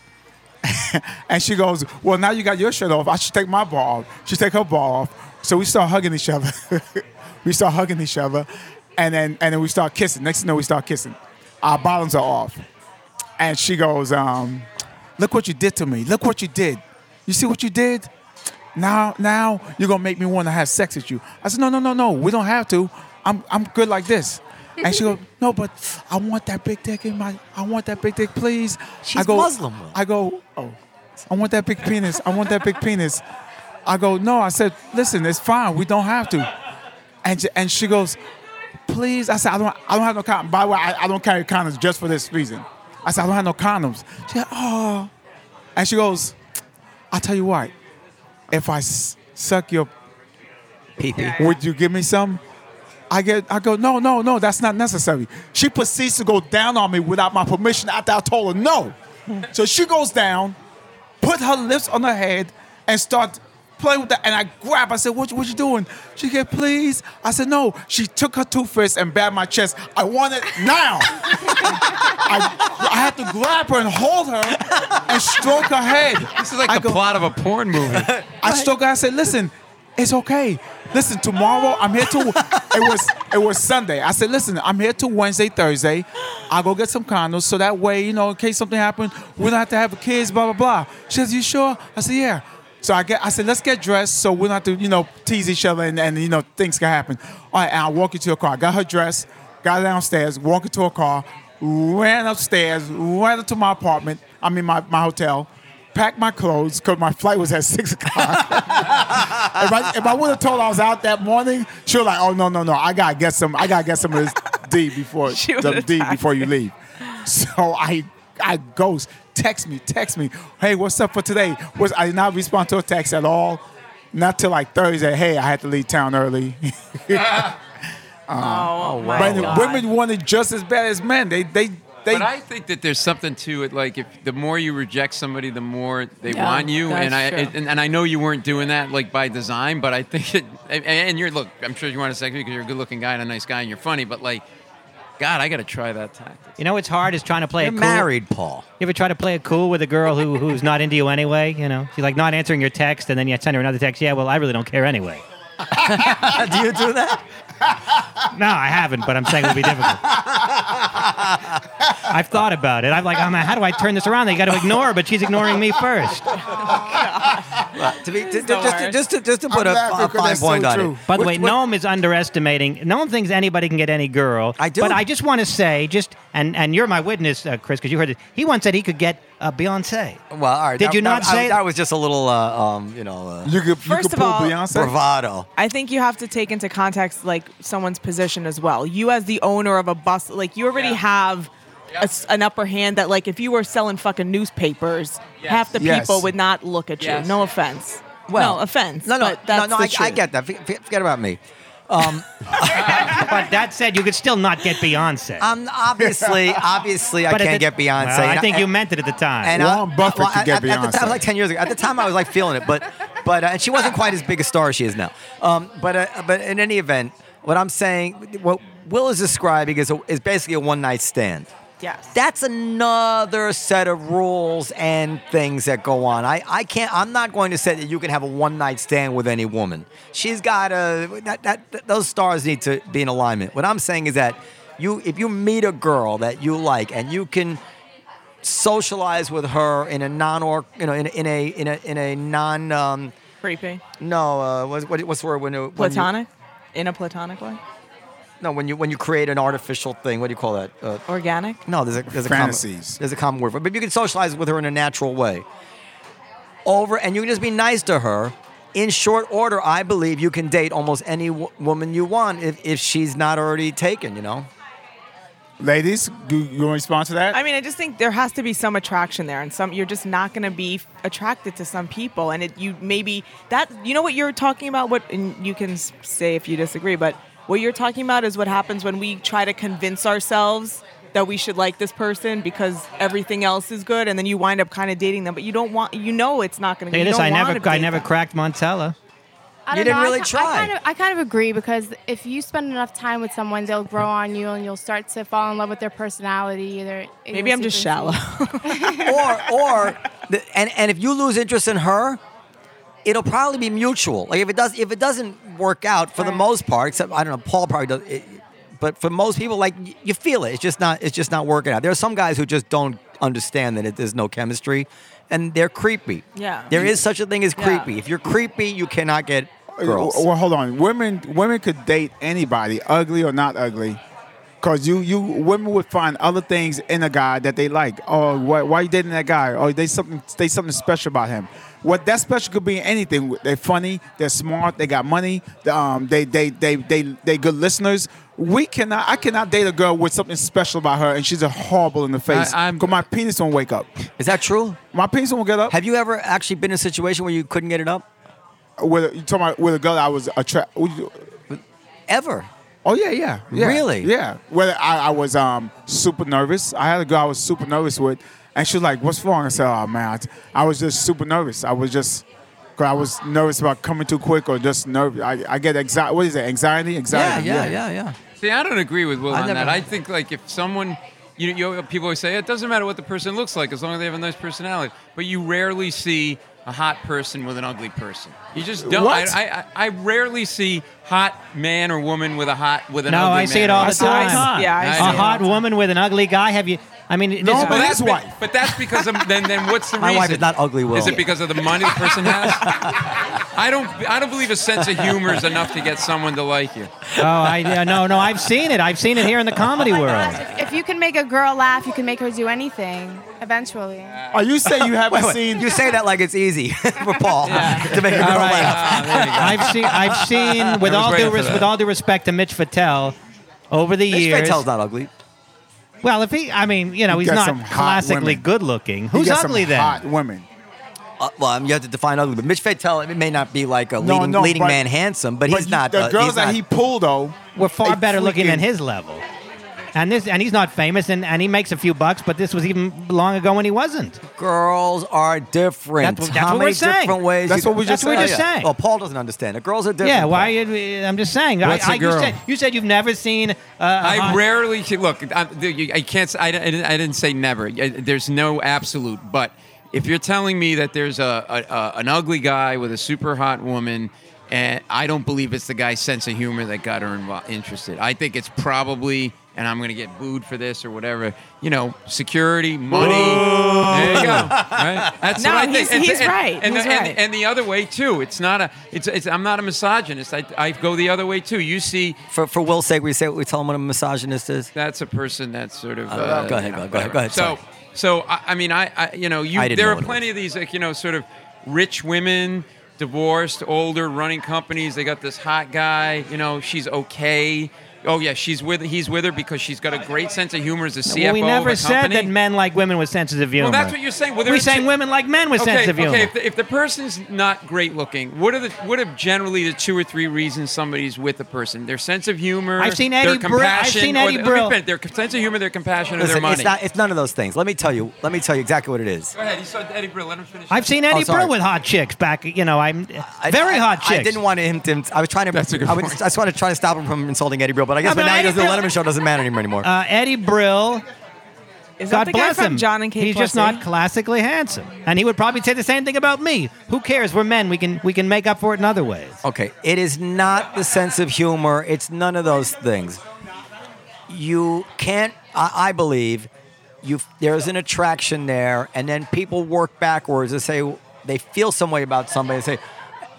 And she goes, Well, now you got your shirt off. I should take my ball off. She take her ball off. So we start hugging each other. we start hugging each other. And then and then we start kissing. Next thing you know, we start kissing. Our bottoms are off. And she goes, um, look what you did to me. Look what you did. You see what you did? Now, now you're gonna make me want to have sex with you. I said, No, no, no, no, we don't have to. I'm I'm good like this. And she goes, No, but I want that big dick in my I want that big dick, please.
She's
I go,
Muslim.
I go, oh, I want that big penis. I want that big penis. I go, no. I said, listen, it's fine. We don't have to. And she, and she goes, please. I said, I don't, I don't have no condoms. By the way, I, I don't carry condoms just for this reason. I said, I don't have no condoms. She said, oh. And she goes, I'll tell you what. If I s- suck your,
Pee pee.
would you give me some? I get, I go, no, no, no, that's not necessary. She proceeds to go down on me without my permission after I told her no. so she goes down, put her lips on her head, and start playing with that. And I grab, I said, what, what you doing? She said, please. I said, no. She took her two fists and bagged my chest. I want it now. I, I had to grab her and hold her and stroke her head.
This is like
I
the
go-
plot of a porn movie.
I stroke her. I said, "Listen, it's okay. Listen, tomorrow I'm here to. it was it was Sunday. I said, "Listen, I'm here to Wednesday, Thursday. I'll go get some condoms so that way, you know, in case something happens, we don't have to have kids. Blah blah blah." She says, "You sure?" I said, "Yeah." So I get. I said, "Let's get dressed so we don't have to, you know, tease each other and, and you know things can happen." All right, and I walk into her car. I got her dressed. Got downstairs. Walked into her car. Ran upstairs. Ran up to my apartment. I mean, my, my hotel. Packed my clothes because my flight was at six o'clock if I, if I would have told her I was out that morning, she was like, "Oh no, no, no! I gotta get some. I gotta get some of this D before
She would
the D
attack
before you leave." So I I ghost text me, text me. Hey, what's up for today? Was I did not respond to a text at all? Not till like Thursday. Hey, I had to leave town early.
Oh, my
but
God.
women want it just as bad as men. They they they.
But I think that there's something to it. Like if the more you reject somebody, the more they
Yeah,
want you.
that's
And I
true.
and, and I know you weren't doing that like by design, but I think it. And, and you're look, I'm sure you want to sex me because you're a good-looking guy and a nice guy and you're funny. But like, God, I got to try that tactic.
You know what's hard is trying to play
You're
it cool.
married, Paul.
You ever try to play it cool with a girl who, who's not into you anyway? You know, she's like not answering your text, and then you send her another text. Yeah, well, I really don't care anyway.
do you do that?
No, I haven't, but I'm saying it would be difficult. I've thought about it. I'm like, I'm, how do I turn this around? They got to ignore her, but she's ignoring me first.
to be, to, to,
the
just, to,
worst.
just, to, just to
I'm
put a,
laughing
a
'cause
fine
that's so
point on
true.
it.
By the
What-
way,
what-
Noam is underestimating. Noam thinks anybody can get any girl.
I do.
But I just want to say, just and and you're my witness, uh, Chris, because you heard it. He once said he could get uh, Beyonce.
Well, all right.
Did
that,
you not
that, I-
say-
that was just a little, uh, um, you know, uh,
You could, you
First
could
of
pull
all-
Beyonce.
bravado.
I think you have to take into context like someone's position as well. You as the owner of a bus, like you already
Yeah.
have a s an upper hand that like if you were selling fucking newspapers,
Yes.
half the
Yes.
people would not look at you.
Yes.
No offense.
Well,
no offense.
No, no,
but that's
no, no.
the
I, I
truth.
get that. Forget, forget about me.
But that said, you could still not get Beyonce.
Um, obviously, obviously, I
But at
can't
the-
get Beyonce.
Well, I
And
think
I-
you meant it at the time.
And
Warren Buffett could
at,
get
at the
Beyonce.
time, like ten years ago. At the time, I was like feeling it, but but uh, and she wasn't quite as big a star as she is now. Um, but uh, but in any event, what I'm saying, what Will is describing is a, is basically a one night stand.
Yes.
That's another set of rules and things that go on. I, I can't. I'm not going to say that you can have a one night stand with any woman. She's got a that, that th- those stars need to be in alignment. What I'm saying is that you if you meet a girl that you like and you can socialize with her in a non or you know in, a- in a in a in a non um,
creepy,
no uh, what, what, what's the word when, you- when
platonic, in a platonic way,
you, no when you when you create an artificial thing what do you call that uh,
organic.
No, there's a there's a
Fantasies.
Common, there's a common word for it, but you can socialize with her in a natural way. Over and you can just be nice to her. In short order, I believe you can date almost any w- woman you want if, if she's not already taken. You know,
Ladies, do you want to respond to that?
I mean, I just think there has to be some attraction there, and some you're just not going to be f- attracted to some people, and it you maybe that you know what you're talking about. What and you can s- say if you disagree, but what you're talking about is what happens when we try to convince ourselves that we should like this person because everything else is good, and then you wind up kind of dating them, but you don't want you know it's not going to.
Say
you
this,
don't
I
wanna
never, I
date
never
them.
cracked Montella.
I
You
don't
didn't
know. I
really
ki-
try.
I kind, of, I kind of agree because if you spend enough time with someone, they'll grow on you and you'll start to fall in love with their personality. Their
Maybe I'm just shallow.
idiosyncrasies.
or or the, and and if you lose interest in her, it'll probably be mutual. Like if it does if it doesn't work out for the
Right.
most part, except I don't know, Paul probably does. It, but for most people, like y- you feel it. It's just not it's just not working out. There are some guys who just don't understand that it, there's no chemistry, and they're creepy.
Yeah.
there is such a thing as
Yeah.
creepy. If you're creepy, Uh, you cannot get girls.
Uh, Well, hold on. Women women could date anybody, ugly or not ugly. Cause you you women would find other things in a guy that they like. Oh, why, why you dating that guy? Oh, they something they something special about him. What that special could be anything. They're funny. They're smart. They got money. Um, they they they they they good listeners. We cannot. I cannot date a girl with something special about her, and she's a horrible in the face.
I- I'm-
Cause my penis won't wake up.
Is that true?
My penis won't get up.
Have you ever actually been in a situation where you couldn't get it up?
With you talking about with a girl I was attracted.
Ever?
Oh yeah, yeah, yeah.
Really?
Yeah. Well, I, I was um super nervous. I had a girl I was super nervous with, and she was like, "What's wrong?" I said, "Oh man, I t- I, was just super nervous. I was just, 'cause I was nervous about coming too quick or just nervous. I, I get anxiety. What is it? Anxiety? Anxiety?
yeah.
See, I don't agree with Will
I
on
never-
that. I think like if someone, you know, people always say it doesn't matter what the person looks like as long as they have a nice personality. But you rarely see a hot person with an ugly person. You just don't.
What?
I, I, I rarely see hot man or woman with a hot with an
No,
ugly.
I see
man
it
or
all
a
the
see it all the
time.
time.
Yeah, I
I
a
see it all
hot
the time.
woman with an ugly guy. Have you? I mean,
No,
this-
but
that's
his
be-
wife.
But that's because of then. Then what's the
My
reason?
wife is not ugly, Will.
Is it because of the money the person has? I don't. I don't believe a sense of humor is enough to get someone to like you.
oh, I yeah, no, no, I've seen it. I've seen it here in the
Oh
comedy world.
Oh Gosh, if, if you can make a girl laugh, you can make her do anything eventually.
Are Oh, you saying you haven't seen?
You say that like it's easy for Paul to make a girl
All right.
laugh.
Ah, there you go.
I've seen, I've seen, with
I was
all due
waiting for
res-
that.
with all due respect to Mitch Fattel, over the
Mitch
years.
Patel's not ugly.
Well, if he, I mean, you know,
You
he's
got
not
some hot
classically
women.
good looking. Who's
you got some
ugly then?
Hot women.
Uh, well, I mean, you have to define ugly, but Mitch Fatel, it may not be like a
No,
leading,
no,
leading
but-
man handsome, but, he's
you-
not.
The
uh,
girls
he's
that
not-
he pulled though
We're far
they
better looking than
freaking-
his level. And this, and he's not famous, and, and he makes a few bucks, but this was even long ago when he wasn't.
girls are different.
That's what- that's
How
what
many
we're saying.
different ways?
That's
you-
what we
just That's what we said. just
Oh, yeah.
said.
Well, Paul doesn't understand. The girls are different.
Yeah,
Paul.
why? I'm just saying.
What's
I,
a
I,
girl?
You, said, you said you've never seen. Uh, a
I
hot-
rarely see- look. I, I can't. s- I, didn't- I didn't say never. I- There's no absolute. But if you're telling me that there's a, a, a an ugly guy with a super hot woman, and I don't believe it's the guy's sense of humor that got her invo- interested. I think it's probably. And I'm gonna get booed for this or whatever. You know, security, money. There you go. Right? That's
No,
what I
he's-
think. And-
he's
and-
right.
And,
He's
the, and-
right.
and the other way too. It's not a. It's. it's I'm not a misogynist. I, I go the other way too. You see,
For, for Will's sake, we say we tell him what a misogynist is.
that's a person that's sort of.
Uh,
Uh,
go ahead,
you know,
go ahead, go ahead,
whatever. So,
sorry.
so I, I mean, I, I, you know, you
I didn't
there
know
are
what it
plenty of these, like you know, sort of rich women, divorced, older, running companies. They got this hot guy. You know, she's okay. Oh yeah, she's with he's with her because she's got a great sense of humor as a CFO
Well, we never
of a
said
company.
that men like women with senses of humor.
Well, that's what you're saying. Well, there
we
are
saying
two-
women like men with
okay,
senses of humor.
Okay, if the, if the person's not great looking, what are the what are generally the two or three reasons somebody's with a person? Their sense of humor.
I've seen
their
Eddie Brill- I've
compassion,
seen
or
Eddie
their-
Brill.
Their sense of humor, their compassion, or their
Listen,
money.
it's not. It's none of those things. Let me tell you. Let me tell you exactly what it is.
Go ahead. You saw Eddie Brill. Let him finish.
I've seen Eddie
sorry.
Brill with hot chicks back. You know, I'm
I-
very
I-
hot chicks.
I didn't want him to. I was trying to.
That's a good
I, would,
point.
I just want to try to stop him from insulting Eddie Brill, but I guess
I mean,
but now he
Eddie
does the
Brill-
Letterman show. Doesn't matter anymore anymore.
Uh, Eddie Brill.
Is that
God
the guy
bless
from
him.
John and Kate?
He's just
Plus,
not
eh?
classically handsome, and he would probably say the same thing about me. Who cares? We're men. We can we can make up for it in other ways.
Okay, it is not the sense of humor. It's none of those things. You can't. I, I believe you. There's an attraction there, and then people work backwards and say they feel some way about somebody and say,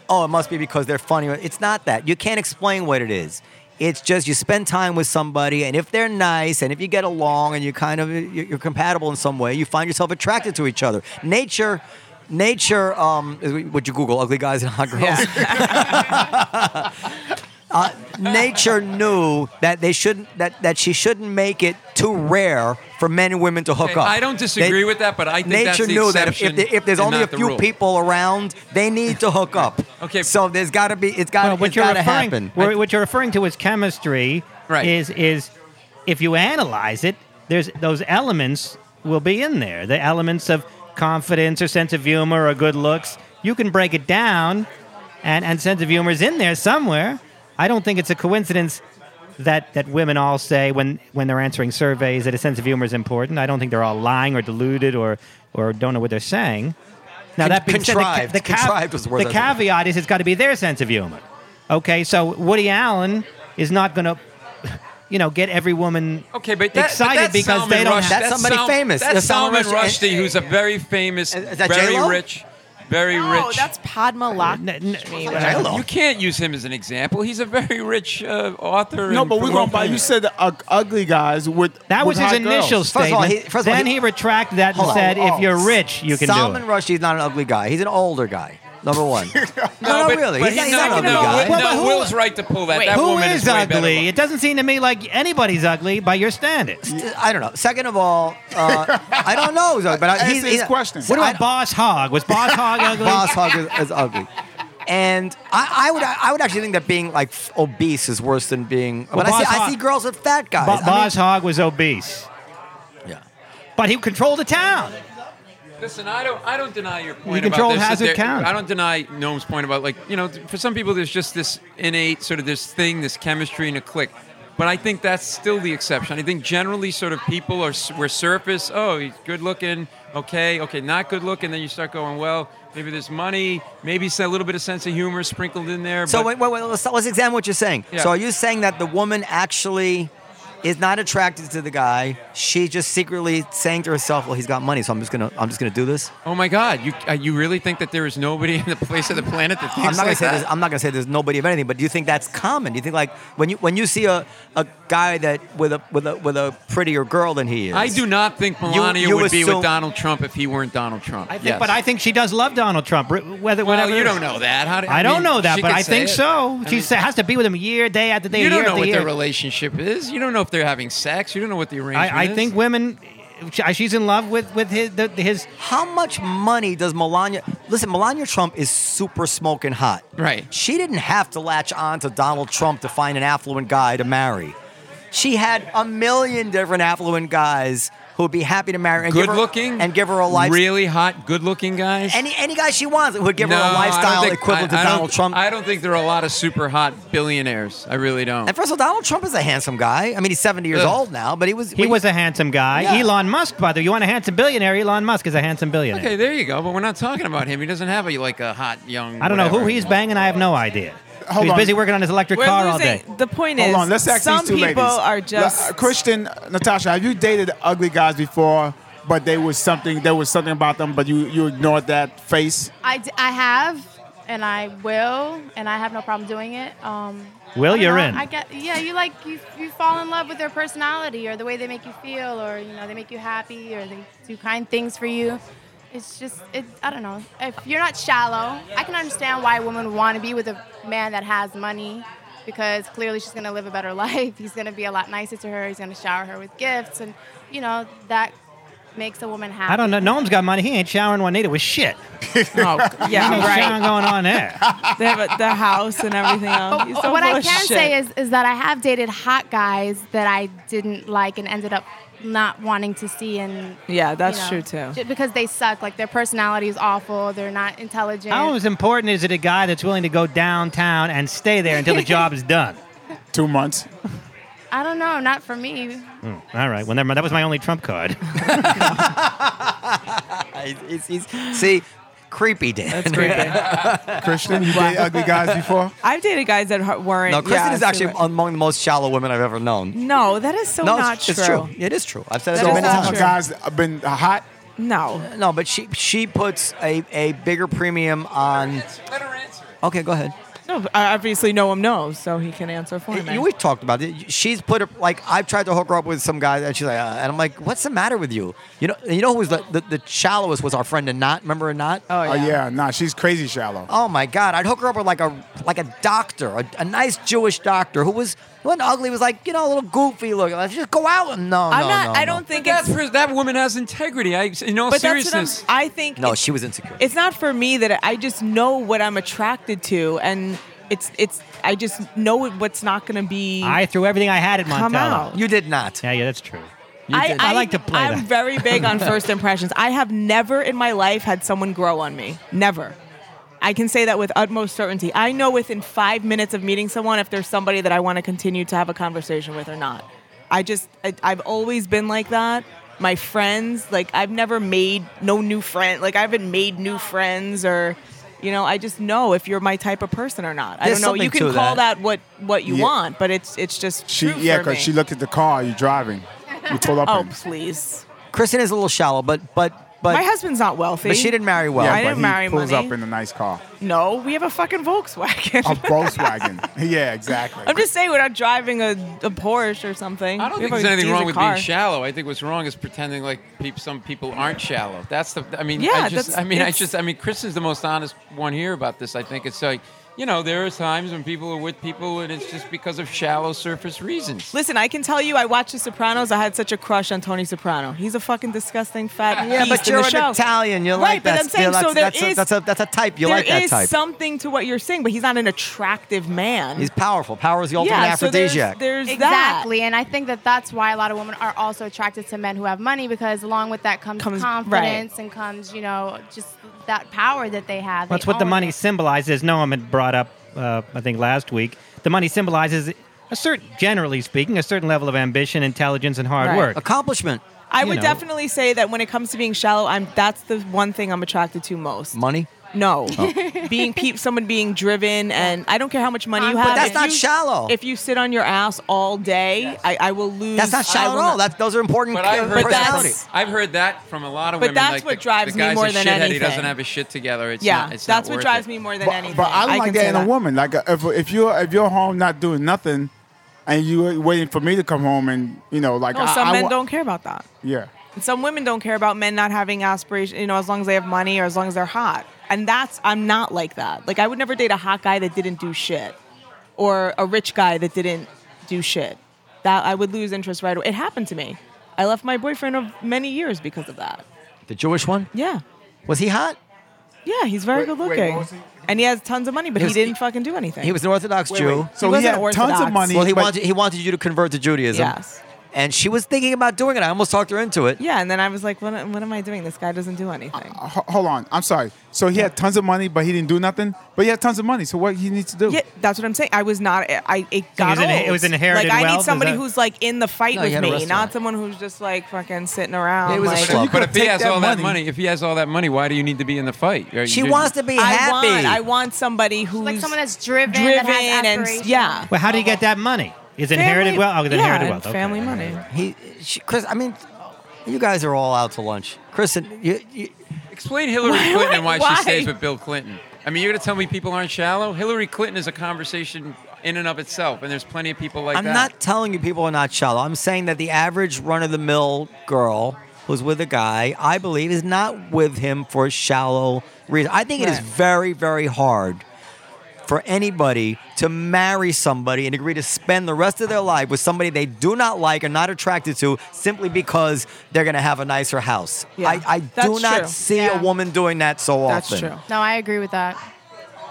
"Oh, it must be because they're funny." It's not that. You can't explain what it is. It's just you spend time with somebody, and if they're nice, and if you get along, and you kind of you- you're compatible in some way, you find yourself attracted to each other. Nature, nature. Um, is- would you Google ugly guys and hot girls? nature knew that they shouldn't that, that she shouldn't make it too rare for men and women to hook
Okay,
up.
I don't disagree with that, but I think
nature
that's the
knew that if, if,
exception
there- if there's
and
only a
not the
few
rule.
people around, they need to hook up.
Okay.
so there's got to be it's got
Well,
to
what
it's
you're
got to
referring
happen.
where- what you're referring to is chemistry.
Right.
Is is if you analyze it, there's those elements will be in there. The elements of confidence or sense of humor or good looks. You can break it down, and and sense of humor is in there somewhere. I don't think it's a coincidence. That, that women all say when, when they're answering surveys that a sense of humor is important. I don't think they're all lying or deluded or, or don't know what they're saying. Now
Con-
that being said, the ca-
contrived.
the, ca-
Contrived was the word I was looking for.
caveat is it's got to be their sense of humor. Okay, so Woody Allen is not going to, you know, get every woman
Okay, but that,
excited
but that's
because
Salman
they don't.
Rushdie.
Have,
That's somebody famous.
That's
That's Salman
Salman
Rushdie.
Rushdie, who's a very famous,
Is- is that
very
J-Lo?
rich, very
No,
rich.
Oh, that's Padma
N- n-
Lakshmi.
J-Lo.
Hello.
You can't use him as an example. He's a very rich uh, author.
No,
and
but we're going
world
by. You
famous.
said uh, ugly guys with
that was
with
his
hot girls.
initial
of all,
statement.
he- first of all,
then
he-
he, retracted that and
Hold on.
said,
Oh,
"If you're rich, you can
Salman
do it."
Rushdie is not an ugly guy. He's an older guy. Number one. no, no,
but-
really.
but
he's,
he's
not,
not
an ugly
no,
guy.
no,
Well, but who-
Will's right to pull that.
Wait,
that
Who
woman
is
way better
ugly?
looking.
It doesn't seem to me like anybody's ugly by your standards.
I don't know. Second of all, uh, I don't know. But I, he's, he's
Ask these questions.
What
I-
about Boss Hogg? Was Boss Hogg ugly?
Boss hog is, is ugly. And I, I would I would actually think that being like f- obese is worse than being.
Well,
but I see,
Boss
I
Hog-
see girls with fat guys.
Bo-
I
Boz
mean-
Hogg was obese,
yeah.
but he controlled the town.
Listen, I don't, I don't deny your point.
controlled
about this,
hazard
that there-
count.
I don't deny Noam's point about like you know, for some people there's just this innate sort of this thing, this chemistry and a click. But I think that's still the exception. I think generally, sort of people are s- we're surface. Oh, he's good looking. Okay, okay, not good looking. Then you start going, well, maybe there's money. Maybe it's a little bit of sense of humor sprinkled in there.
So
but-
wait, wait, wait, let's, let's examine what you're saying.
Yeah.
So are you saying that the woman actually is not attracted to the guy? She's just secretly saying to herself, "Well, he's got money, so I'm just gonna I'm just gonna do this."
Oh my God! You uh, you really think that there is nobody in the place of the planet that thinks
I'm not gonna
like
say
that?
there's, I'm not gonna say there's nobody of anything, but do you think that's common? Do you think like when you when you see a, a guy that with a with a with a prettier girl than he is?
I do not think Melania
you
would be
assume-
with Donald Trump if he weren't Donald Trump.
I think,
Yes.
but I think she does love Donald Trump. re- Whether
Well,
whatever
you don't know that. How do,
I, don't
mean,
know that,
she
but
could
I
say
think
it.
so.
I
She
mean,
sa- has to be with him year, day after day.
You don't
year
know
after
what
year.
their relationship is. You don't know if they're having sex. You don't know what the arrangement
I, I
is.
think women. she- She's in love with with his the, his.
How much money does Melania? Listen, Melania Trump is super smoking hot.
Right.
She didn't have to latch on to Donald Trump to find an affluent guy to marry. She had a million different affluent guys who'd be happy to marry and give
good
her,
looking
and give her a life.
Really hot, good looking guys.
Any any guy she wants would give
no,
her a
I don't
lifestyle
think-
equivalent
I- I
to
don't-
Donald Trump.
I don't think there are a lot of super hot billionaires. I really don't.
and first of all, Donald Trump is a handsome guy. I mean, he's 70 years
Ugh.
old now, but he was
He was a handsome guy.
Yeah.
Elon Musk, by the way. You want a handsome billionaire? Elon Musk is a handsome billionaire.
Okay, there you go. But we're not talking about him. He doesn't have a like a hot young.
I don't know who
whatever.
he's banging. I have no idea.
Hold
he's
on.
busy working on his electric
We're
car all day.
losing. The point
Hold
is,
on, let's ask
some
these two
people
ladies.
are
La-
just
uh, Christian, Natasha. Have you dated ugly guys before? But they was something. There was something about them, but you you ignored that face.
I, d- I have, and I will, and I have no problem doing it. Um,
Will,
I don't
you're
know,
in.
I get, yeah, you like you, you fall in love with their personality or the way they make you feel, or you know they make you happy, or they do kind things for you. It's just it. I don't know. If you're not shallow, I can understand why a woman would want to be with a man that has money because clearly she's going to live a better life. He's going to be a lot nicer to her. He's going to shower her with gifts, and you know that makes a woman happy.
I don't know. Noam's got money. He ain't showering Juanita with shit.
No,
Ain't
Yeah,
no showering
Oh, right.
going on there.
They have a, the house and everything else. You're so
what
full
I
of
can
shit.
say is is that I have dated hot guys that I didn't like and ended up not wanting to see and
yeah,
you
that's
know,
true too.
ju- because they suck like their personality is awful they're not intelligent
How as important is it a guy that's willing to go downtown and stay there until the job is done?
Two months.
I don't know not for me
Hmm, All right. Well, never mind. That was my only trump card.
He's, he's, he's, see, creepy Dan.
That's creepy.
Christian, you dated ugly guys before?
I've dated guys that ha- weren't.
No, Kristen
yeah,
is actually
super-
among the most shallow women I've ever known.
no, that is so
no,
not
it's, it's
true.
true. It is true. I've said it
That
so
is
many
not
times.
true.
guys have been hot.
No,
No, but she she puts a, a bigger premium on. Okay, go ahead.
no. I obviously, Noam knows, so he can answer for me.
You, we talked about it. She's put her like I've tried to hook her up with some guy, and she's like, uh, and I'm like, what's the matter with you? You know, you know who was the, the, the shallowest was our friend Anat. Remember Anat?
oh
Oh,
yeah.
yeah. Nah, she's crazy shallow.
Oh my God! I'd hook her up with like a like a doctor, a, a nice Jewish doctor who was who wasn't ugly, was like you know a little goofy looking. Let's just go out and no,
I'm
no,
not.
no,
I
no.
don't think
that,
it's.
pers- that woman has integrity. I, in all
But that's what I'm.
seriousness,
I think.
No,
it's-
she was insecure.
It's not for me that I just know what I'm attracted to, and it's it's. I just know what's not going to be.
I threw everything I had at Montello.
Come out.
you did not.
Yeah, yeah, that's true.
I,
I like to play
I'm
that.
very big on first impressions. I have never in my life had someone grow on me. Never. I can say that with utmost certainty. I know within five minutes of meeting someone if there's somebody that I want to continue to have a conversation with or not. I just, I, I've always been like that. My friends, like, I've never made no new friend. Like, I haven't made new friends or. You know, I just know if you're my type of person or not. I
There's
don't know. You
something
can
to
call
that.
that, what what you
Yeah.
want, but it's it's just
She,
true
yeah,
for me.
she looked at the car you're driving. You pull up.
oh
in.
please,
Kristen is a little shallow, but but but
my husband's not wealthy.
but she didn't marry well.
yeah,
I
but
didn't
he
marry
pulls
money.
up in a nice car.
No, we have a fucking Volkswagen.
Um,
A Volkswagen. yeah, exactly.
I'm just saying we're not driving a, a Porsche or something.
I don't
We
think
have
there's
a
anything wrong
decent
with
car.
being shallow. I think what's wrong is pretending like peop some people aren't shallow. That's the. I mean,
Yeah,
I just.
that's-
I mean, I
it's-
just. I mean, Kristen's the most honest one here about this. I think it's like, you know, there are times when people are with people, and it's just because of shallow surface reasons.
Listen, I can tell you, I watched The Sopranos. I had such a crush on Tony Soprano. He's a fucking disgusting fat.
Yeah,
beast
but
in
you're
the
an
show.
Italian. You like
right,
that.
but I'm saying
that's,
so there
that's,
is-
a, that's a that's a type. You
there
like that
is
type.
something to what you're saying, but he's not an attractive man.
He's powerful. Power is the ultimate
yeah, so there's,
aphrodisiac.
there's
exactly and I think that that's why a lot of women are also attracted to men who have money because along with that comes,
Comes-
confidence and comes you know just that power that they have
That's
They
what the
own
money
it.
symbolizes. Noam had brought up, uh, I think, last week. The money symbolizes a certain, generally speaking, a certain level of ambition, intelligence, and hard
Right.
work.
Accomplishment,
that. I
you
would
know.
definitely say that when it comes to being shallow, I'm that's the one thing I'm attracted to most.
money.
No, being peep, someone being driven, and I don't care how much money you
But
have.
that's
if
not
you-
shallow.
If you sit on your ass all day, I, I will lose.
That's not
I
shallow
will
at all.
not-
That's those are important
But I've heard
personality.
that. I've heard that from a lot of
But
women.
that's
like,
what
the,
drives
the
me
guy's
more
a
than
shithead. He
anything.
doesn't have his shit together. It's
yeah,
not, it's
that's
not
what
worth
drives
it.
me more than
But,
anything.
but I don't like
can
that
say
in a woman. Like uh, if, if you're if you're home not doing nothing, and you're waiting for me to come home, and you know, like
No,
I,
some
I
Oh, men
wa-
don't care about that.
Yeah,
And some women don't care about men not having aspirations. You know, as long as they have money or as long as they're hot. And that's I'm not like that. Like I would never date a hot guy that didn't do shit, or a rich guy that didn't do shit. That I would lose interest right away. It happened to me. I left my boyfriend of many years because of that.
The Jewish one
Yeah.
was he hot?
Yeah, he's very
Wait,
good
wait,
looking.
what was he?
and he has tons of money, but
He
he,
was-
didn't fucking do anything.
He was an Orthodox Jew.
So
He
he,
wasn't
had tons of
orthodox.
money.
Well, he
but-
wanted he wanted you to convert to Judaism.
Yes.
And she was thinking about doing it. I almost talked her into it.
Yeah, and then I was like, what, what am I doing? This guy doesn't do anything.
Uh,
Ho- Hold on, I'm sorry. So he had tons of money, but he didn't do nothing. But he had tons of money. So what he needs to do?
Yeah, that's what I'm saying. I was not. I it
it was
got
an-
old.
it was inherited
Like I
wealth,
need
is
somebody
that-
who's like in the fight
No, he
with
had a
me,
restaurant.
not someone who's just like fucking sitting around.
It was a
like,
schlub.
But if he
Take
has
that
all that
money.
money, if he has all that money, why do you need to be in the fight? Are you
She
just-
wants to be
I
happy.
want. I want somebody who's
like someone that's driven,
driven
that has
and
aspirations.
yeah.
Well, how do you get that money? Is it inherited
Family-
wealth? Oh, it's
yeah,
inherited
and
wealth. Okay.
Family money.
he, she, Chris. I mean, you guys are all out to lunch. Kristen, you, you,
Explain Hillary
Why-
Clinton and why,
why-
she stays with Bill Clinton. I mean, you're going to tell me people aren't shallow? Hillary Clinton is a conversation in and of itself, and there's plenty of people like
I'm
that.
not telling you people are not shallow. I'm saying that the average run of the mill girl who's with a guy, I believe, is not with him for a shallow reason. I think it is
Right.
very, very hard for anybody to marry somebody and agree to spend the rest of their life with somebody they do not like or not attracted to simply because they're going to have a nicer house.
Yeah,
I, I do
that's
not
true.
see
Yeah.
a woman doing that so
That's
often.
true.
No, I agree with that.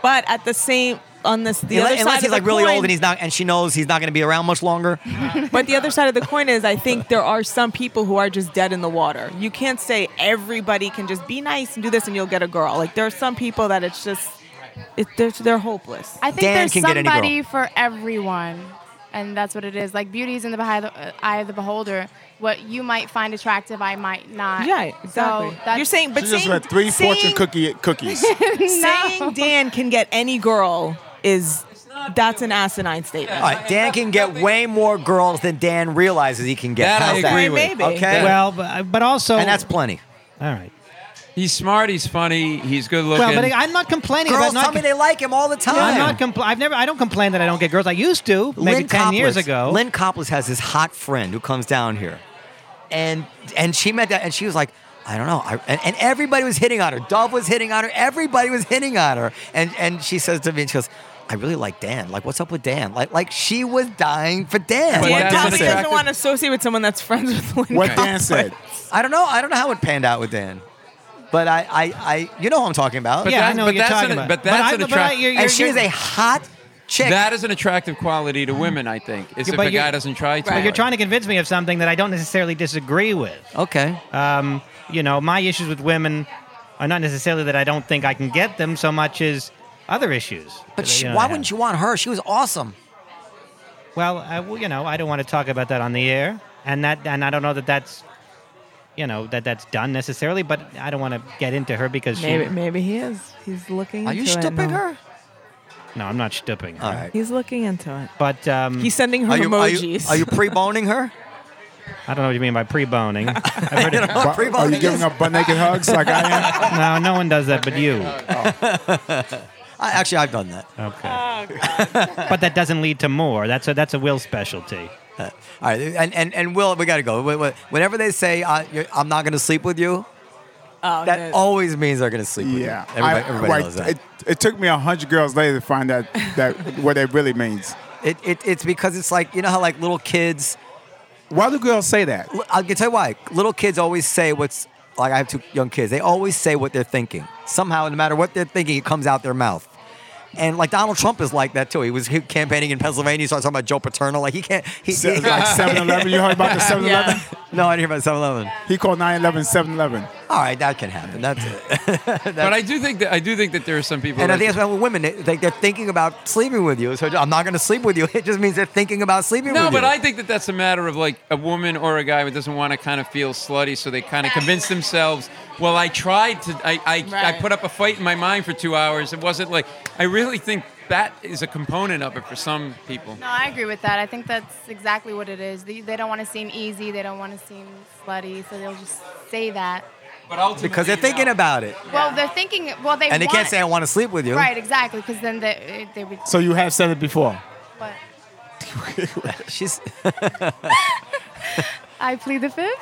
But at the same on this the
Unless,
other
unless
side
he's
of the
like really
coin,
old and he's not, and she knows he's not going to be around much longer.
But the other side of the coin is, I think there are some people who are just dead in the water. You can't say everybody can just be nice and do this and you'll get a girl. Like there are some people that it's just, it, they're, they're hopeless.
I think
Dan
there's
can get any girl.
somebody for everyone, and that's what it is. Like beauty's in the behi- uh, eye of the beholder. What you might find attractive, I might not.
Yeah, exactly.
So that's,
You're saying, but
She just
saying,
read three
saying,
fortune cookie cookies.
saying Dan can get any girl is that's an asinine statement.
All right, Dan can get way more girls than Dan realizes he can get.
That I
How's
agree
Right,
with.
maybe.
Okay.
Well, but, but also,
And that's plenty.
all right.
He's smart. He's funny. He's good looking.
Well, but I'm not complaining
Girls
about not.
tell me they like him all the time.
I'm not compl- I've never. I don't complain that I don't get girls. I used to maybe ten years
Coppolis-
ago.
Lynn Coppolis has this hot friend who comes down here, and and she met that, and she was like, I don't know, I, and, and everybody was hitting on her. Dove was hitting on her. Everybody was hitting on her, and and she says to me, she goes. I really like Dan. Like, what's up with Dan? Like, like she was dying for Dan. What
Dan
But that's
Dan
probably
said.
doesn't want to associate with someone that's friends with Lynn
what
Coppola.
Dan said.
I don't know. I don't know how it panned out with Dan, but I, I, I you know who I'm talking about.
But
yeah, I
that's-
know
but
what you're
that's
talking
an-
about.
but that's
I-
an
but I-
attract-
you're- you're-
and she is a hot chick.
that is an attractive quality to women, I think. Is
Yeah,
if
but
a
you're-
guy doesn't try to.
But you're trying to convince me of something that I don't necessarily disagree with.
okay.
Um, you know, my issues with women are not necessarily that I don't think I can get them so much as other issues.
But she, why wouldn't you want her? She was awesome.
Well, I, well, you know, I don't want to talk about that on the air, and that, and I don't know that that's, you know, that that's done necessarily. But I don't want to get into her because
Maybe,
she.
maybe he is. He's looking
Are you
into it
stooping
now.
her?
No, I'm not stooping. Her.
All right.
He's looking into it.
But um,
He's sending her
Are you, are
emojis.
you, are you pre-boning her?
I don't know what you mean by pre-boning. I've heard
You
it.
know what
But are
pre-boning
you giving
is?
up butt naked hugs like I am?
No, no one does that but you.
I, actually, I've done
Uh.
that.
Oh,
Okay. but that doesn't lead to more. That's a that's a Will specialty.
Uh, all right, and and and Will, we got to go. Wh- wh- Whenever they say uh, you're, I'm not going to sleep with you,
Oh,
that always means they're going to sleep with
Yeah.
you. Everybody,
I-
everybody
like,
knows that.
It, it took me a hundred girls later to find out that what it really means.
It, it, it's because it's like you know how like little kids
Why do girls say that?
L- I can tell you why. Little kids always say what's like. I have two young kids. They always say what they're thinking. Somehow, no matter what they're thinking, it comes out their mouth. And like Donald Trump is like that too. He was he- campaigning in Pennsylvania. He started talking about Joe Paterno. Like he can't. He,
Se-
he-
like 7-Eleven. You heard about the 7-Eleven?
Yeah.
no, I didn't hear about 7-Eleven.
He called 9-11 7-Eleven.
All right, that can happen. That's it.
But I do think that I do think that there are some people.
And I
that
think that's why with women, they, they, they're thinking about sleeping with you. So I'm not going to sleep with you. It just means they're thinking about sleeping
No,
with you.
but I think that that's a matter of like a woman or a guy who doesn't want to kind of feel slutty, so they kind of convince themselves. Well, I tried to. I I, I
Right.
put up a fight in my mind for two hours. It wasn't like I really think that is a component of it for some people.
No, I agree with that. I think that's exactly what it is. They, they don't want to seem easy. They don't want to seem slutty, so they'll just say that.
But ultimately,
because they're thinking
no.
about it,
Well, they're thinking. Well, they
and they
want
can't say I want to sleep with you.
right exactly because then they they would.
So you have said it before.
But
She's
I plead the fifth.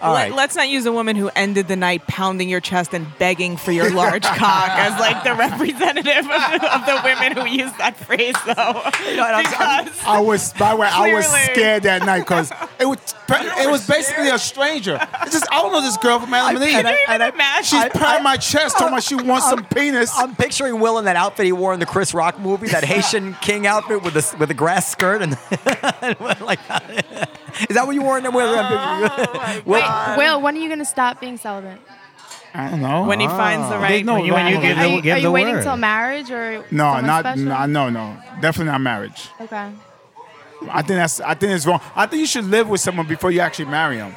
all
Let,
right.
us not use a woman who ended the night pounding your chest and begging for your large cock as like the representative of the, of the women who use that phrase, though.
You know, and I'm- I'm-
Because
I was, by the way, I was
Clearly.
scared that night because it was, it was basically a stranger. It's just, I don't know this girl from
and
Alameda.
I- Can you and I- even
imagine?
she's
I-
patting my chest, talking about she wants some penis.
I'm picturing Will in that outfit he wore in the Chris Rock movie, that Haitian king outfit with the with the grass skirt and like. Is that what you wore in that? Will,
Wait, Will, when are you gonna stop being celibate?
I don't know.
when he finds
Ah.
the right.
no
When you- when you
wrong
give
with
Are
the-
it.
you, are you
the
waiting
word.
till marriage or
No,
someone
not
special?
no, no, no, definitely not marriage.
Okay.
I think that's, I think it's wrong. I think you should live with someone before you actually marry them.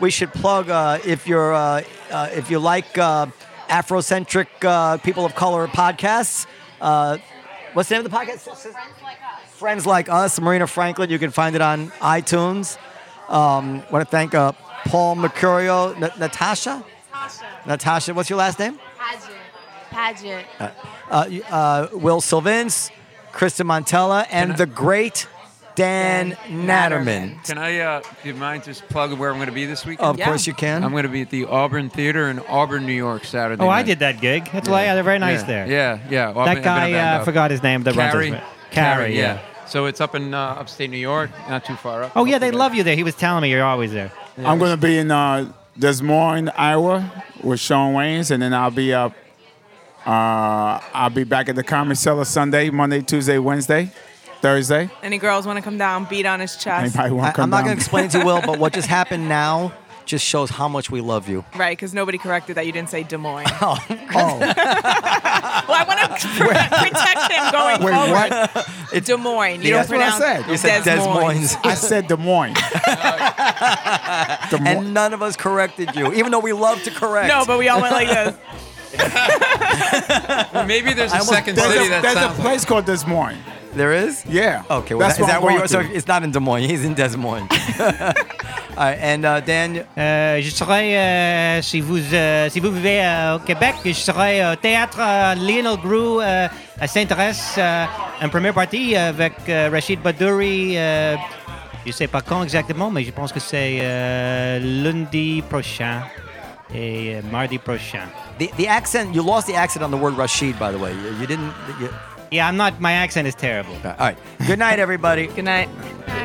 we should plug uh, if you're uh, uh, if you like uh, Afrocentric uh, people of color podcasts. Uh, what's the name of the podcast? Friends like us. Friends like us. Marina Franklin. You can find it on iTunes. Um, want to thank uh, Paul Mercurio, Na- Natasha. Natasha, what's your last name?
Paget. Paget.
uh, uh, Will Sylvins, Kristen Montella, and the great Dan Natterman.
Can I, uh, do you mind just plug where I'm going to be this weekend?
Of course you can.
I'm going to be at the Auburn Theater in Auburn, New York, Saturday.
Oh, I
night.
did that gig. That's why yeah, they're very nice
yeah.
there.
Yeah, yeah. Well,
That
I've been- I've been
guy
to
uh,
Bangkok.
forgot his name. That runs
Carrie.
his- Carrie, yeah.
So it's up in uh, upstate New York, not too far up.
Oh yeah, they love you there. He was telling me you're always there.
I'm going to be in uh, Des Moines, Iowa, with Sean Waynes, and then I'll be up. Uh, I'll be back at the Comedy Cellar Sunday, Monday, Tuesday, Wednesday, Thursday.
Any girls want to come down, beat on his chest,
Anybody want
I, I'm
to come
not
down?
going to explain it to you, Will, but what just happened now just shows how much we love you.
right? Because nobody corrected that you didn't say Des Moines. well,
Oh,
I want to protect him going
wait,
Oh.
forward.
what?
Des Moines. You
Yeah,
don't
that's what I
pronounce
said.
You said Des Moines.
I said Des Moines. Des Moines.
And none of us corrected you, even though we love to correct.
No, but we all went like this.
Well, maybe there's
I
a
almost-
second
there's
city
a,
that
there's a
sounds like.
place called Des Moines.
There is?
Yeah.
Okay, well,
That's
that, is
what
that
I'm
where you
going
So
to.
it's not in Des Moines. He's in Des Moines. All right, and uh, Dan,
Euh, je serai euh, si vous euh, si vous vivez euh, au Québec, je serai au théâtre euh, Lionel Grew euh, à Saint-Thérèse euh, en première partie avec euh, Rachid Badouri. euh, je sais pas quand exactement, mais je pense que c'est euh, lundi prochain et euh, mardi prochain.
the, the accent, you lost the accent on the word Rashid, by the way. You, you didn't. You,
Yeah, I'm not. My accent is terrible.
all right. Good night, everybody.
Good night.
Bye.